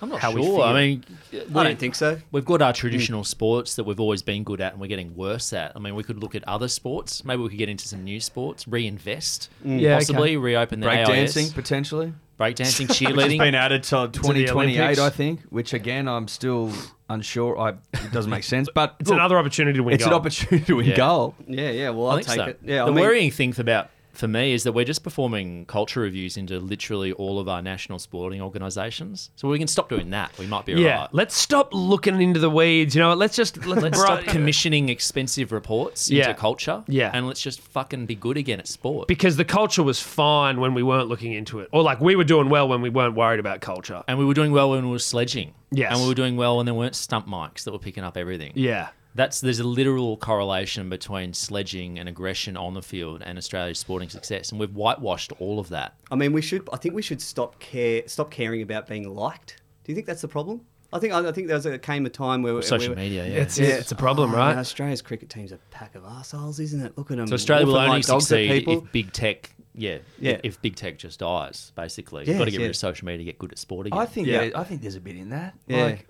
Speaker 5: I'm not
Speaker 2: how we
Speaker 5: sure. I
Speaker 2: feel.
Speaker 5: mean,
Speaker 4: I
Speaker 5: we-
Speaker 4: don't think so.
Speaker 5: We've got our traditional sports that we've always been good at, and we're getting worse at. I mean, we could look at other sports. Maybe we could get into some new sports, reinvest,
Speaker 2: Yeah, okay.
Speaker 5: possibly reopen the
Speaker 3: Breakdancing,
Speaker 5: AIS,
Speaker 3: potentially.
Speaker 5: breakdancing,
Speaker 7: It's
Speaker 5: cheerleading.
Speaker 7: been added to 20.
Speaker 3: 2028,
Speaker 2: Olympics.
Speaker 3: I think, which again, I'm still unsure. I, it doesn't make sense, but
Speaker 2: it's
Speaker 3: look,
Speaker 2: another opportunity to win.
Speaker 3: it's an
Speaker 2: gold.
Speaker 3: opportunity to win
Speaker 5: Yeah.
Speaker 3: goal.
Speaker 4: Yeah, yeah. Well,
Speaker 5: I
Speaker 4: I'll
Speaker 5: think
Speaker 4: take
Speaker 5: so.
Speaker 4: it. Yeah,
Speaker 5: the
Speaker 4: I mean,
Speaker 5: worrying thing about for me is that we're just performing culture reviews into literally all of our national sporting organisations. So we can stop doing that. We might be
Speaker 2: Yeah,
Speaker 5: alright.
Speaker 2: let's stop looking into the weeds. You know, what? let's just let's,
Speaker 5: Let's
Speaker 2: bro-
Speaker 5: stop commissioning expensive reports
Speaker 2: Yeah.
Speaker 5: into culture.
Speaker 2: Yeah.
Speaker 5: And let's just fucking be good again at sport.
Speaker 2: because the culture was fine when we weren't looking into it, or like we were doing well when we weren't worried about culture.
Speaker 5: and we were doing well when we were sledging.
Speaker 2: Yes.
Speaker 5: And we were doing well when there weren't stump mics that were picking up everything.
Speaker 2: Yeah,
Speaker 5: That's there's a literal correlation between sledging and aggression on the field and Australia's sporting success. And we've whitewashed all of that.
Speaker 4: I mean, we should. I think we should stop care, stop caring about being liked. Do you think that's the problem? I think. I think there was a, came a time where
Speaker 5: Social
Speaker 4: where-
Speaker 5: media, yeah.
Speaker 2: it's it's a problem,
Speaker 4: Oh,
Speaker 2: right?
Speaker 4: man, Australia's cricket team's a pack of assholes, isn't it? Look at them.
Speaker 5: So Australia will only
Speaker 4: like dogs at
Speaker 5: succeed
Speaker 4: people.
Speaker 5: if big tech, yeah,
Speaker 4: Yeah.
Speaker 5: if big tech just dies. Basically,
Speaker 4: Yes,
Speaker 5: you've got to get rid
Speaker 4: yeah.
Speaker 5: of social media, get good at sport again.
Speaker 3: I think
Speaker 2: Yeah.
Speaker 3: there- I think there's a bit in that.
Speaker 4: Yeah.
Speaker 3: Like,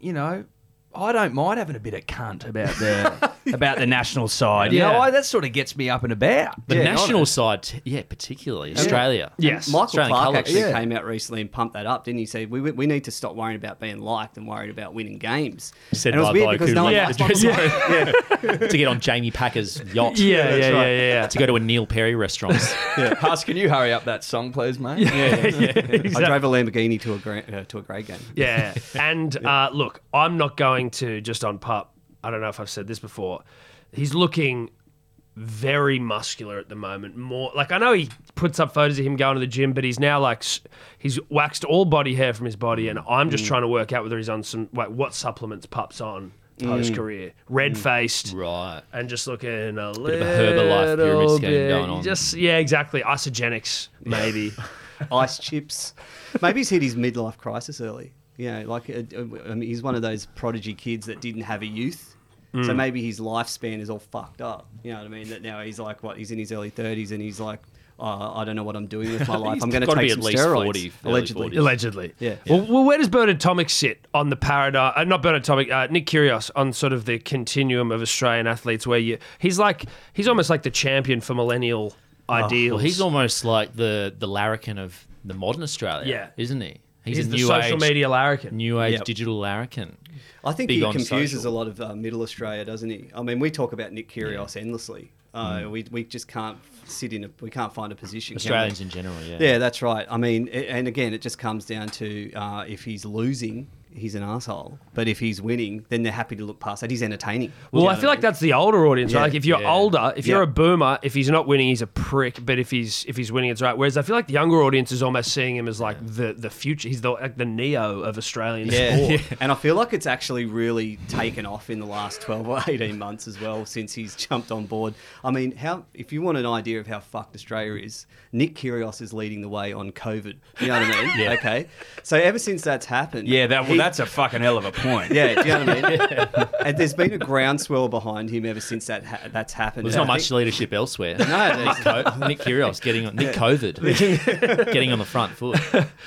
Speaker 3: you know, I don't mind having a bit of cunt about the about the national side. You
Speaker 2: Yeah.
Speaker 3: know, I, that sort of gets me up and about.
Speaker 5: the
Speaker 3: being
Speaker 5: national
Speaker 3: honest.
Speaker 5: side, t- yeah, particularly Australia.
Speaker 2: yes,
Speaker 4: Michael
Speaker 5: Australian
Speaker 4: Clark
Speaker 5: colours.
Speaker 4: actually
Speaker 3: Yeah.
Speaker 4: came out recently and pumped that up, didn't he? He said, we, we need to stop worrying about being liked and worried about winning games.
Speaker 5: Said
Speaker 4: and it
Speaker 5: by
Speaker 4: was
Speaker 5: a
Speaker 4: weird
Speaker 5: bloke
Speaker 4: because
Speaker 5: who
Speaker 4: no one
Speaker 5: left
Speaker 4: asked
Speaker 5: the
Speaker 4: Michael
Speaker 5: dressing
Speaker 4: Clark.
Speaker 5: to get on Jamie Packer's yacht.
Speaker 2: Yeah, yeah,
Speaker 5: That's
Speaker 2: yeah,
Speaker 5: right.
Speaker 2: yeah, yeah.
Speaker 5: To go to a Neil Perry restaurant.
Speaker 3: Yeah. Haas, can you hurry up that song, please, mate? Yeah.
Speaker 4: I drove a Lamborghini to a gra- uh, to a grey game.
Speaker 2: Yeah. And uh, look, I'm not going to just on pup. I don't know if I've said this before. He's looking very muscular at the moment. More like I know he puts up photos of him going to the gym, but he's now like s- he's waxed all body hair from his body, and I'm
Speaker 5: Mm.
Speaker 2: just trying to work out whether he's on some like what supplements pups on post career. Red faced,
Speaker 5: Mm. right.
Speaker 2: and just looking a little
Speaker 5: of a Herbalife pyramid
Speaker 2: little
Speaker 5: scheme
Speaker 2: bit-
Speaker 5: going on.
Speaker 2: Just yeah, exactly. Isogenics, maybe.
Speaker 4: Ice chips. Maybe he's hit his midlife crisis early. You know, like uh, uh, I mean, he's one of those prodigy kids that didn't have a youth.
Speaker 5: Mm.
Speaker 4: So maybe his lifespan is all fucked up. You know what I mean? That now he's like, what? He's in his early 30s and he's like, oh, I don't know what I'm doing with my life. I'm going to
Speaker 5: gotta
Speaker 4: take
Speaker 5: be
Speaker 4: some
Speaker 5: at least
Speaker 4: steroids.
Speaker 5: 40, early
Speaker 4: allegedly.
Speaker 5: 40s.
Speaker 2: Allegedly.
Speaker 4: Yeah.
Speaker 2: Well, well, where does Bird Atomic sit on the paradigm? Uh, not Bird Atomic, uh, Nick Kyrgios on sort of the continuum of Australian athletes where you he's like he's almost like the champion for millennial ideals.
Speaker 5: Well, he's almost like the the larrikin of the modern Australia.
Speaker 2: Yeah.
Speaker 5: isn't he?
Speaker 2: he's,
Speaker 5: He's, a
Speaker 2: the
Speaker 5: new
Speaker 2: social
Speaker 5: age,
Speaker 2: media larrikin.
Speaker 5: new age
Speaker 4: Yep.
Speaker 5: digital larrikin.
Speaker 4: I think
Speaker 5: big
Speaker 4: he
Speaker 5: on
Speaker 4: confuses a
Speaker 5: social.
Speaker 4: lot of uh, Middle Australia, doesn't he? I mean, we talk about Nick Kyrgios endlessly. Uh,
Speaker 5: Hmm.
Speaker 4: We we just can't sit in a we can't find a position. can we?
Speaker 5: Australians in general, yeah.
Speaker 4: Yeah, that's right. I mean, a- and again, it just comes down to uh, if he's losing, he's an asshole. But if he's winning, then they're happy to look past that. He's entertaining.
Speaker 2: Well,
Speaker 4: You
Speaker 2: I
Speaker 4: know
Speaker 2: feel
Speaker 4: what
Speaker 2: like that's the older audience. right?
Speaker 4: Yeah,
Speaker 2: Like if you're
Speaker 5: yeah.
Speaker 2: older, if you're
Speaker 4: Yeah.
Speaker 2: a boomer, if he's not winning, he's a prick. But if he's if he's winning, it's right. Whereas I feel like the younger audience is almost seeing him as like the the future. He's the like the neo of Australian
Speaker 4: Yeah.
Speaker 2: sport.
Speaker 4: and I feel like it's actually really taken off in the last 12 or 18 months as well since he's jumped on board. I mean, how if you want an idea of how fucked Australia is, Nick Kyrgios is leading the way on COVID. You know what I mean? yeah. Okay. So ever since that's happened,
Speaker 7: Yeah, that, well,
Speaker 4: he-
Speaker 7: that's a fucking hell of a point.
Speaker 4: yeah, do you know what I mean? And there's been a groundswell behind him ever since that ha- that's happened.
Speaker 5: There's
Speaker 4: And
Speaker 5: not
Speaker 4: I
Speaker 5: much
Speaker 4: think-
Speaker 5: leadership elsewhere.
Speaker 4: No,
Speaker 5: Nick,
Speaker 4: there's-
Speaker 5: Co- Nick Kyrgios getting on, Nick COVID, getting on the front foot.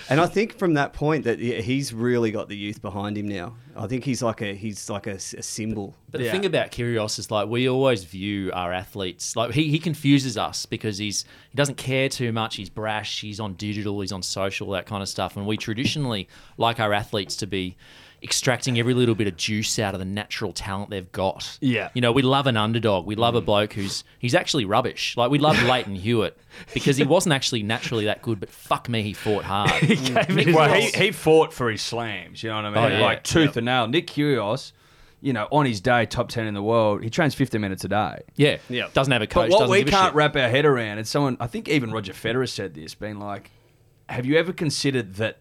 Speaker 4: And I think from that point that yeah, he's really got the youth behind him now. I think he's like a he's like a, s- a symbol.
Speaker 5: But the thing about Kyrgios is like we always view our athletes like he, he confuses us because he's he doesn't care too much. He's brash. He's on digital. He's on social. That kind of stuff. And we traditionally like our athletes to be extracting every little bit of juice out of the natural talent they've got.
Speaker 2: Yeah.
Speaker 5: You know, we love an underdog. We
Speaker 3: Mm.
Speaker 5: love a bloke who's he's actually rubbish. Like we love Leighton Hewitt because he wasn't actually naturally that good, but fuck me, he fought hard. Nick
Speaker 7: Well, he,
Speaker 5: Kyrgios-
Speaker 7: he fought for his slams, you know what I mean?
Speaker 5: Oh, yeah.
Speaker 7: Like,
Speaker 3: Like tooth and nail. Nick Kyrgios, you know, on his day, top 10 in the world, he trains 15 minutes a day.
Speaker 5: yeah,
Speaker 2: Yeah.
Speaker 5: doesn't have a
Speaker 3: But
Speaker 5: coach.
Speaker 3: what
Speaker 5: doesn't
Speaker 3: we
Speaker 5: give a
Speaker 3: can't
Speaker 5: shit.
Speaker 3: wrap our head around, and someone, I think even Roger Federer said this, being like, have you ever considered that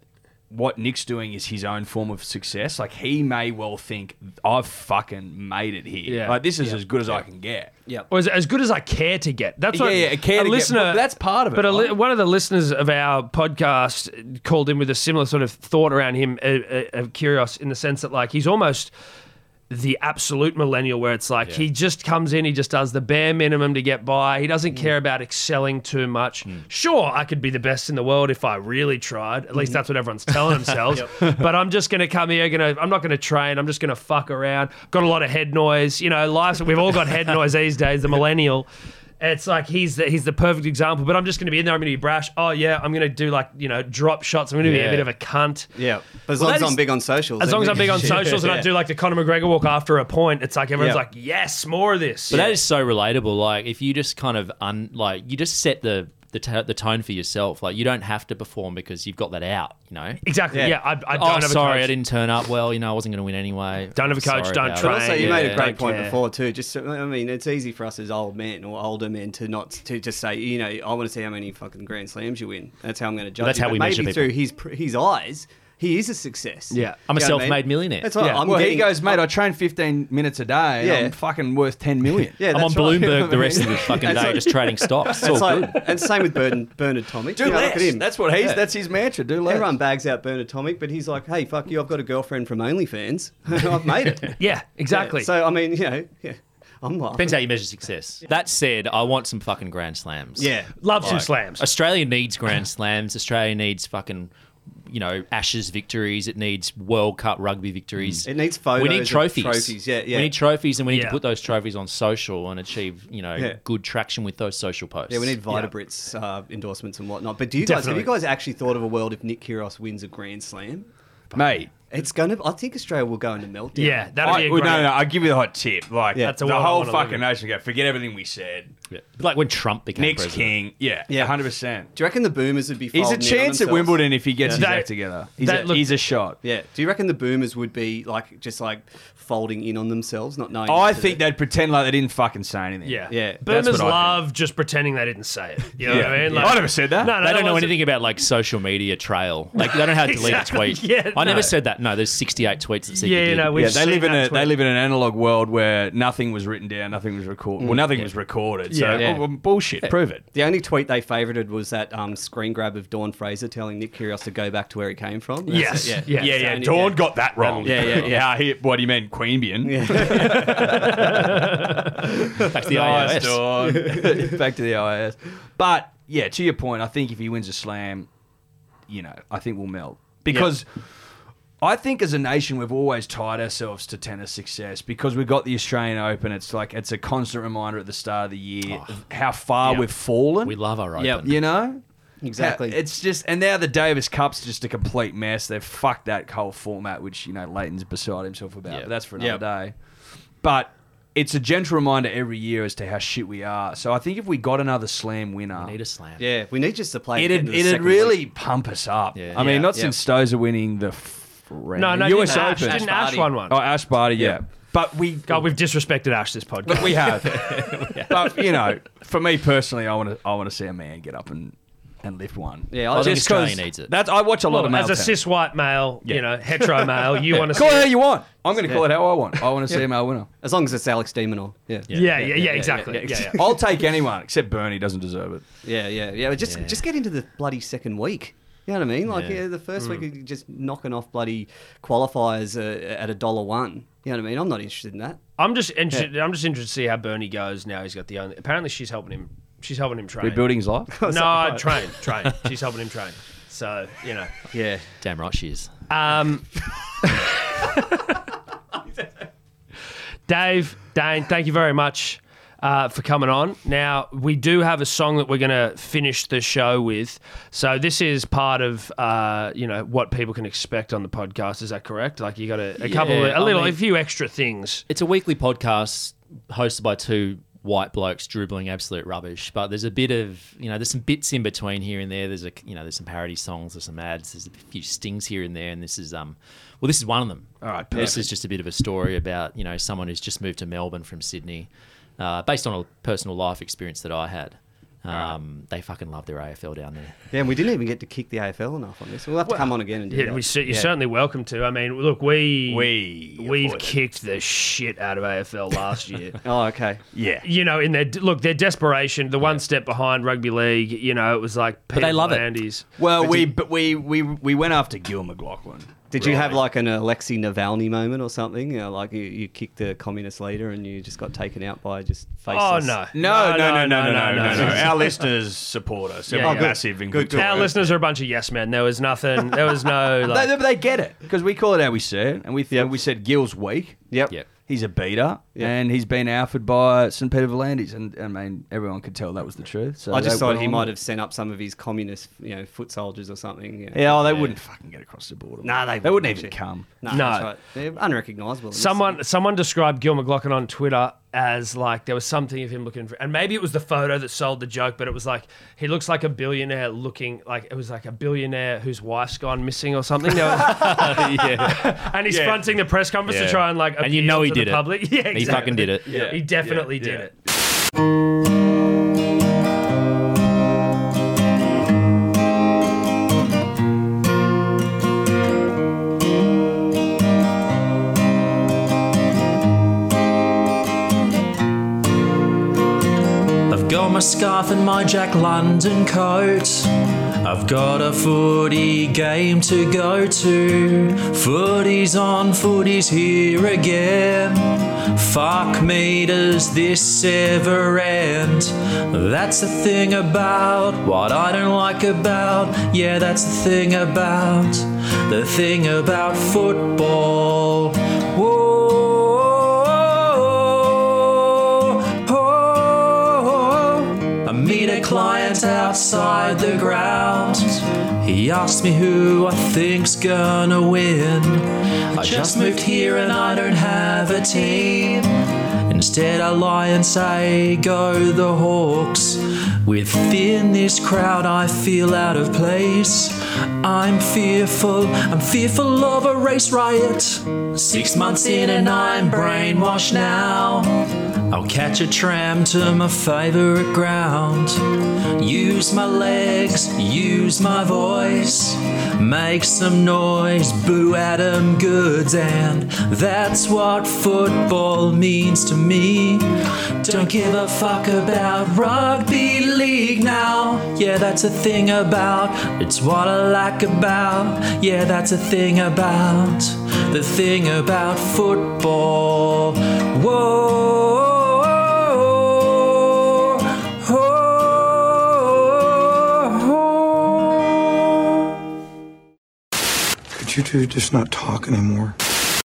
Speaker 3: what Nick's doing is his own form of success. Like he may well think I've fucking made it here.
Speaker 2: Yeah.
Speaker 3: Like this is
Speaker 2: Yeah.
Speaker 3: as good as I can get. Yeah.
Speaker 2: Or is it as good as I care to get? That's
Speaker 3: Yeah,
Speaker 2: what
Speaker 3: yeah, I care to get, but that's part of it,
Speaker 2: But a li-
Speaker 3: right?
Speaker 2: one of the listeners of our podcast called in with a similar sort of thought around him uh, uh, of curious in the sense that like he's almost the absolute millennial where it's like he just comes in he just does the bare minimum to get by he doesn't care about excelling too much sure i could be the best in the world if i really tried at least that's what everyone's telling themselves but i'm just gonna come here gonna i'm not gonna train i'm just gonna fuck around got a lot of head noise you know life's we've all got head noise these days the millennial it's like he's the, he's the perfect example, but I'm just going to be in there. I'm going to be brash. Oh yeah, I'm going to do like you know drop shots. I'm going to be a
Speaker 5: Yeah.
Speaker 2: bit of a cunt.
Speaker 4: Yeah, but as
Speaker 2: Well,
Speaker 4: long as
Speaker 2: that is-
Speaker 4: I'm big on socials,
Speaker 2: As long as
Speaker 4: then
Speaker 2: I'm big on
Speaker 4: we-
Speaker 2: socials and I
Speaker 4: Yeah.
Speaker 2: do like the Conor McGregor walk after a point, it's like everyone's
Speaker 4: Yeah.
Speaker 2: like, yes, more of this.
Speaker 5: But that is so relatable. Like if you just kind of un, like you just set the the, t- the tone for yourself. Like you don't have to perform because you've got that out. You know.
Speaker 2: exactly. Yeah,
Speaker 4: Yeah.
Speaker 2: I, I don't
Speaker 5: Oh,
Speaker 2: have a
Speaker 5: sorry,
Speaker 2: coach.
Speaker 5: I didn't turn up. Well, you know, I wasn't going to win anyway.
Speaker 2: Don't have a coach,
Speaker 5: Sorry
Speaker 2: don't
Speaker 5: about
Speaker 2: train.
Speaker 5: it.
Speaker 4: But also, you
Speaker 2: Yeah,
Speaker 4: made a
Speaker 2: yeah.
Speaker 4: great point
Speaker 2: Yeah.
Speaker 4: before too. Just, I mean, it's easy for us as old men or older men to not to just say, you know, I want to see how many fucking Grand Slams you win. That's how I'm going to judge.
Speaker 5: that's
Speaker 4: you.
Speaker 5: how
Speaker 4: But
Speaker 5: we
Speaker 4: maybe
Speaker 5: measure people.
Speaker 4: through his pr- his eyes, he is a success.
Speaker 2: Yeah.
Speaker 5: I'm a
Speaker 4: You know what I mean?
Speaker 5: self-made millionaire.
Speaker 4: That's right.
Speaker 2: Yeah.
Speaker 4: I'm
Speaker 3: well,
Speaker 4: getting,
Speaker 3: he goes, mate. I train 15 minutes a day. Yeah.
Speaker 4: Yeah.
Speaker 3: I'm fucking worth 10 million.
Speaker 4: Yeah,
Speaker 5: I'm on
Speaker 4: that's right.
Speaker 5: Bloomberg the rest of the fucking
Speaker 4: That's
Speaker 5: day,
Speaker 4: right.
Speaker 5: just trading stocks. It's all
Speaker 4: It's
Speaker 5: good.
Speaker 4: like, and same with Bernard, Bernard Tomic.
Speaker 3: Do
Speaker 4: You know,
Speaker 3: less.
Speaker 4: Look at him.
Speaker 3: That's what he's.
Speaker 4: Yeah.
Speaker 3: That's his mantra. Do less.
Speaker 4: Everyone bags out Bernard Tomic, but he's like, hey, fuck you. I've got a girlfriend from OnlyFans. I've made it. Yeah.
Speaker 2: Yeah, exactly.
Speaker 4: So I mean, you know, yeah, I'm laughing.
Speaker 5: Depends how you measure success. That said, I want some fucking grand slams.
Speaker 4: Yeah.
Speaker 2: Love some
Speaker 5: Like,
Speaker 2: slams.
Speaker 5: Australia needs grand slams. Australia needs fucking, you know, Ashes victories. It needs World Cup rugby victories.
Speaker 4: Mm. It needs photos.
Speaker 5: we need
Speaker 4: of
Speaker 5: trophies.
Speaker 4: Trophies. Yeah, yeah.
Speaker 5: We need trophies, and we need
Speaker 2: Yeah.
Speaker 5: to put those trophies on social and achieve, you know,
Speaker 4: Yeah.
Speaker 5: good traction with those social posts.
Speaker 4: Yeah, we need Vitabrit's uh, endorsements and whatnot. But do you guys have
Speaker 2: Definitely.
Speaker 4: you guys actually thought of a world if Nick Kyrgios wins a Grand Slam?
Speaker 3: mate.
Speaker 4: It's gonna. I think Australia will go into meltdown.
Speaker 2: yeah, that'd
Speaker 3: I,
Speaker 2: be a
Speaker 3: well,
Speaker 2: great.
Speaker 3: no, no. I give you the hot tip. Like
Speaker 4: Yeah.
Speaker 2: That's the
Speaker 3: the
Speaker 2: one I
Speaker 3: whole
Speaker 2: wanna look
Speaker 3: fucking
Speaker 2: at.
Speaker 3: nation. Go forget everything we said.
Speaker 5: Yeah. Like when Trump became
Speaker 3: Nick's
Speaker 5: president.
Speaker 3: king. Yeah.
Speaker 4: Yeah.
Speaker 3: 100. percent
Speaker 4: Do you reckon the Boomers would be?
Speaker 3: He's a
Speaker 4: folding in on
Speaker 3: chance at
Speaker 4: themselves?
Speaker 3: Wimbledon if he gets his
Speaker 2: That-
Speaker 3: act together. He's,
Speaker 2: that
Speaker 3: a,
Speaker 2: look-
Speaker 3: he's a shot.
Speaker 4: Yeah. Do you reckon the Boomers would be like just like folding in on themselves, not knowing?
Speaker 3: I
Speaker 4: that-
Speaker 3: think they'd pretend like they didn't fucking say anything.
Speaker 2: Yeah,
Speaker 4: Yeah, that's
Speaker 2: Boomers
Speaker 3: what I think.
Speaker 2: love just pretending they didn't say it. You know what I mean?
Speaker 3: I never said that.
Speaker 2: No, no,
Speaker 5: They don't
Speaker 2: that
Speaker 5: know
Speaker 2: wasn't-
Speaker 5: anything about like social media trail. Like they don't know how to delete
Speaker 2: Exactly.
Speaker 5: a tweet.
Speaker 2: Yeah,
Speaker 5: I
Speaker 2: no.
Speaker 5: never said that. No, there's 68 tweets that said you
Speaker 2: Yeah, you
Speaker 5: did.
Speaker 2: know, we've
Speaker 3: Yeah, they
Speaker 2: seen
Speaker 3: live in a
Speaker 2: that
Speaker 3: they
Speaker 2: tweet.
Speaker 3: live in an analog world where nothing was written down, nothing was recorded. Well, nothing was recorded. So
Speaker 2: Yeah. Yeah.
Speaker 3: well, bullshit. Prove it.
Speaker 4: The only tweet they favorited was that um, screen grab of Dawn Fraser telling Nick Kyrgios to go back to where he came from. That's
Speaker 2: Yes,
Speaker 4: it, Yeah.
Speaker 2: yes.
Speaker 3: Yeah,
Speaker 4: That's the
Speaker 3: yeah.
Speaker 4: only-
Speaker 3: Dawn got that wrong.
Speaker 4: Yeah, yeah,
Speaker 3: yeah. I hear- what do you mean, Queanbeyan?
Speaker 5: Back to the
Speaker 3: Nice,
Speaker 5: iOS.
Speaker 3: Dawn. Back to the IIS. But yeah, to your point, I think if he wins a slam, you know, I think we'll melt because. I think as a nation, we've always tied ourselves to tennis success because we've got the Australian Open. It's like it's a constant reminder at the start of the year of how far
Speaker 5: Yep.
Speaker 3: we've fallen.
Speaker 5: We love our open.
Speaker 4: Yep.
Speaker 3: you know
Speaker 4: Exactly.
Speaker 3: How- it's just and now the davis cup's just a complete mess they've fucked that whole format which you know leighton's beside himself about
Speaker 5: Yeah.
Speaker 3: but that's for another
Speaker 4: Yeah.
Speaker 3: day but it's a gentle reminder every year as to how shit we are so i think if we got another slam winner
Speaker 5: Need a slam.
Speaker 4: Yeah, we need just to play.
Speaker 3: it'd, it'd really pump us up
Speaker 5: Yeah.
Speaker 3: i mean
Speaker 5: Yeah.
Speaker 3: not
Speaker 4: Yeah.
Speaker 3: since stoza winning the friend,
Speaker 2: No, no, didn't
Speaker 3: us
Speaker 2: Ash,
Speaker 3: open
Speaker 2: didn't
Speaker 4: Ash
Speaker 2: Ash one one?
Speaker 3: oh ash barty yeah, but we
Speaker 2: God, we've disrespected Ash this podcast.
Speaker 3: but we have. But you know, for me personally, I want to I want to see a man get up and and lift one.
Speaker 4: Yeah, I think
Speaker 3: Just
Speaker 5: Australia
Speaker 3: 'cause
Speaker 5: needs it.
Speaker 3: That's I watch a lot of male
Speaker 2: as a
Speaker 3: tennis.
Speaker 2: cis white male,
Speaker 3: Yeah.
Speaker 2: you know, hetero male, you want to
Speaker 3: Call
Speaker 2: see
Speaker 3: it how
Speaker 2: it.
Speaker 3: you want. I'm going to call it how I want. I want to see a male winner.
Speaker 4: As long as it's Alex Demonor. Yeah.
Speaker 2: Yeah, yeah, yeah, exactly. Yeah,
Speaker 4: yeah,
Speaker 2: yeah.
Speaker 3: I'll take anyone except Bernie doesn't deserve it.
Speaker 4: Yeah, yeah, yeah. but Just
Speaker 5: Yeah.
Speaker 4: just get into the bloody second week. You know what I mean? Like
Speaker 5: Yeah.
Speaker 4: yeah, the first
Speaker 2: Hmm.
Speaker 4: week, you're just knocking off bloody qualifiers uh, at a dollar one. You know what I mean? I'm not interested in that.
Speaker 2: I'm just interested. I'm just interested to see how Bernie goes now. He's got the only. Apparently, she's helping him. She's helping him train.
Speaker 3: Rebuilding his life.
Speaker 2: No, train, train. She's helping him train. So you know.
Speaker 4: Yeah,
Speaker 5: Damn right she is.
Speaker 2: Um, Dave, Dane, thank you very much uh, for coming on. Now, we do have a song that we're going to finish the show with. So this is part of, uh, you know, what people can expect on the podcast. Is that correct? Like you got a, a couple, of,
Speaker 5: Yeah,
Speaker 2: a
Speaker 5: I
Speaker 2: little,
Speaker 5: mean-
Speaker 2: a few extra things.
Speaker 5: It's a weekly podcast hosted by two white blokes dribbling absolute rubbish. But there's a bit of you know, there's some bits in between here and there. There's a you know, there's some parody songs, there's some ads, there's a few stings here and there, and this is um well this is one of them. All
Speaker 3: right,
Speaker 5: This is just a bit of a story about, you know, someone who's just moved to Melbourne from Sydney, uh, based on a personal life experience that I had.
Speaker 8: Um, They fucking love their AFL down there.
Speaker 4: Yeah, and we didn't even get to kick the AFL enough on this. We'll have to come on again and do
Speaker 2: Yeah,
Speaker 4: that.
Speaker 2: we cer- you're certainly welcome to. I mean, look, we
Speaker 9: We
Speaker 2: we've
Speaker 9: avoid it.
Speaker 2: kicked the shit out of AFL last year.
Speaker 4: Oh, okay.
Speaker 9: Yeah.
Speaker 2: you know, in their look, their desperation, the one step behind rugby league. You know, it was like Peter
Speaker 8: they love it.
Speaker 2: Andy's.
Speaker 3: Well, we but we, we we went after Gil McLaughlin.
Speaker 4: Did you have like an Alexei Navalny moment or something? You know, like you, you kicked the communist leader and you just got taken out by just
Speaker 2: Oh
Speaker 4: faceless.
Speaker 2: no.
Speaker 9: No, no, no, no, no, no, no.
Speaker 2: no.
Speaker 9: Our listeners support us. They're
Speaker 2: Yeah, yeah.
Speaker 9: massive and good.
Speaker 2: Our listeners are a bunch of yes men. There was nothing. There was no
Speaker 3: They,
Speaker 2: like.
Speaker 3: they- they get it because we call it how we say it, and we th- we said Gil's weak.
Speaker 4: Yep.
Speaker 8: Yep.
Speaker 3: He's a beater,
Speaker 4: Yeah.
Speaker 3: and he's been alphaed by St. Peter Volandis, and I mean everyone could tell that was the truth. So
Speaker 4: I just
Speaker 3: they
Speaker 4: thought
Speaker 3: went
Speaker 4: he
Speaker 3: on.
Speaker 4: might have sent up some of his communist, you know, foot soldiers or something. you know.
Speaker 3: Yeah, oh, they wouldn't fucking get across the border.
Speaker 4: Nah, they
Speaker 3: they wouldn't
Speaker 4: wouldn't,
Speaker 3: even
Speaker 4: actually.
Speaker 3: come.
Speaker 4: No,
Speaker 2: No.
Speaker 4: that's right. They're unrecognisable. in this
Speaker 2: Someone,
Speaker 4: city.
Speaker 2: someone described Gil McLaughlin on Twitter as like there was something of him looking for, and maybe it was the photo that sold the joke, but it was like he looks like a billionaire looking like it was like a billionaire whose wife's gone missing or something, There was-
Speaker 8: yeah.
Speaker 2: and he's
Speaker 9: Yeah.
Speaker 2: fronting the press conference
Speaker 9: Yeah.
Speaker 2: to try and like
Speaker 8: And you
Speaker 2: appeal
Speaker 8: know he
Speaker 2: to
Speaker 8: did
Speaker 2: the
Speaker 8: it.
Speaker 2: public. Yeah,
Speaker 8: He fucking did it.
Speaker 2: Yeah, he definitely did
Speaker 9: Yeah.
Speaker 2: it.
Speaker 5: I've got my scarf and my Jack London coat. I've got a footy game to go to. Footy's on, footy's here again. Fuck me, does this ever end? That's the thing about what I don't like about. Yeah, that's the thing about. The thing about football. Whoa. I meet a client outside the ground. He asks me who I think's gonna win. I just moved here and I don't have a team. Instead, I lie and say, Go the Hawks. Within this crowd, I feel out of place. I'm fearful, I'm fearful of a race riot. Six months in and I'm brainwashed now. I'll catch a tram to my favourite ground. Use my legs, use my voice. Make some noise, boo at 'em goods, and that's what football means to me. Don't give a fuck about rugby league now. Yeah, that's a thing about, it's what I like about. Yeah, that's a thing about, the thing about football. Whoa.
Speaker 10: Could you two just not talk anymore?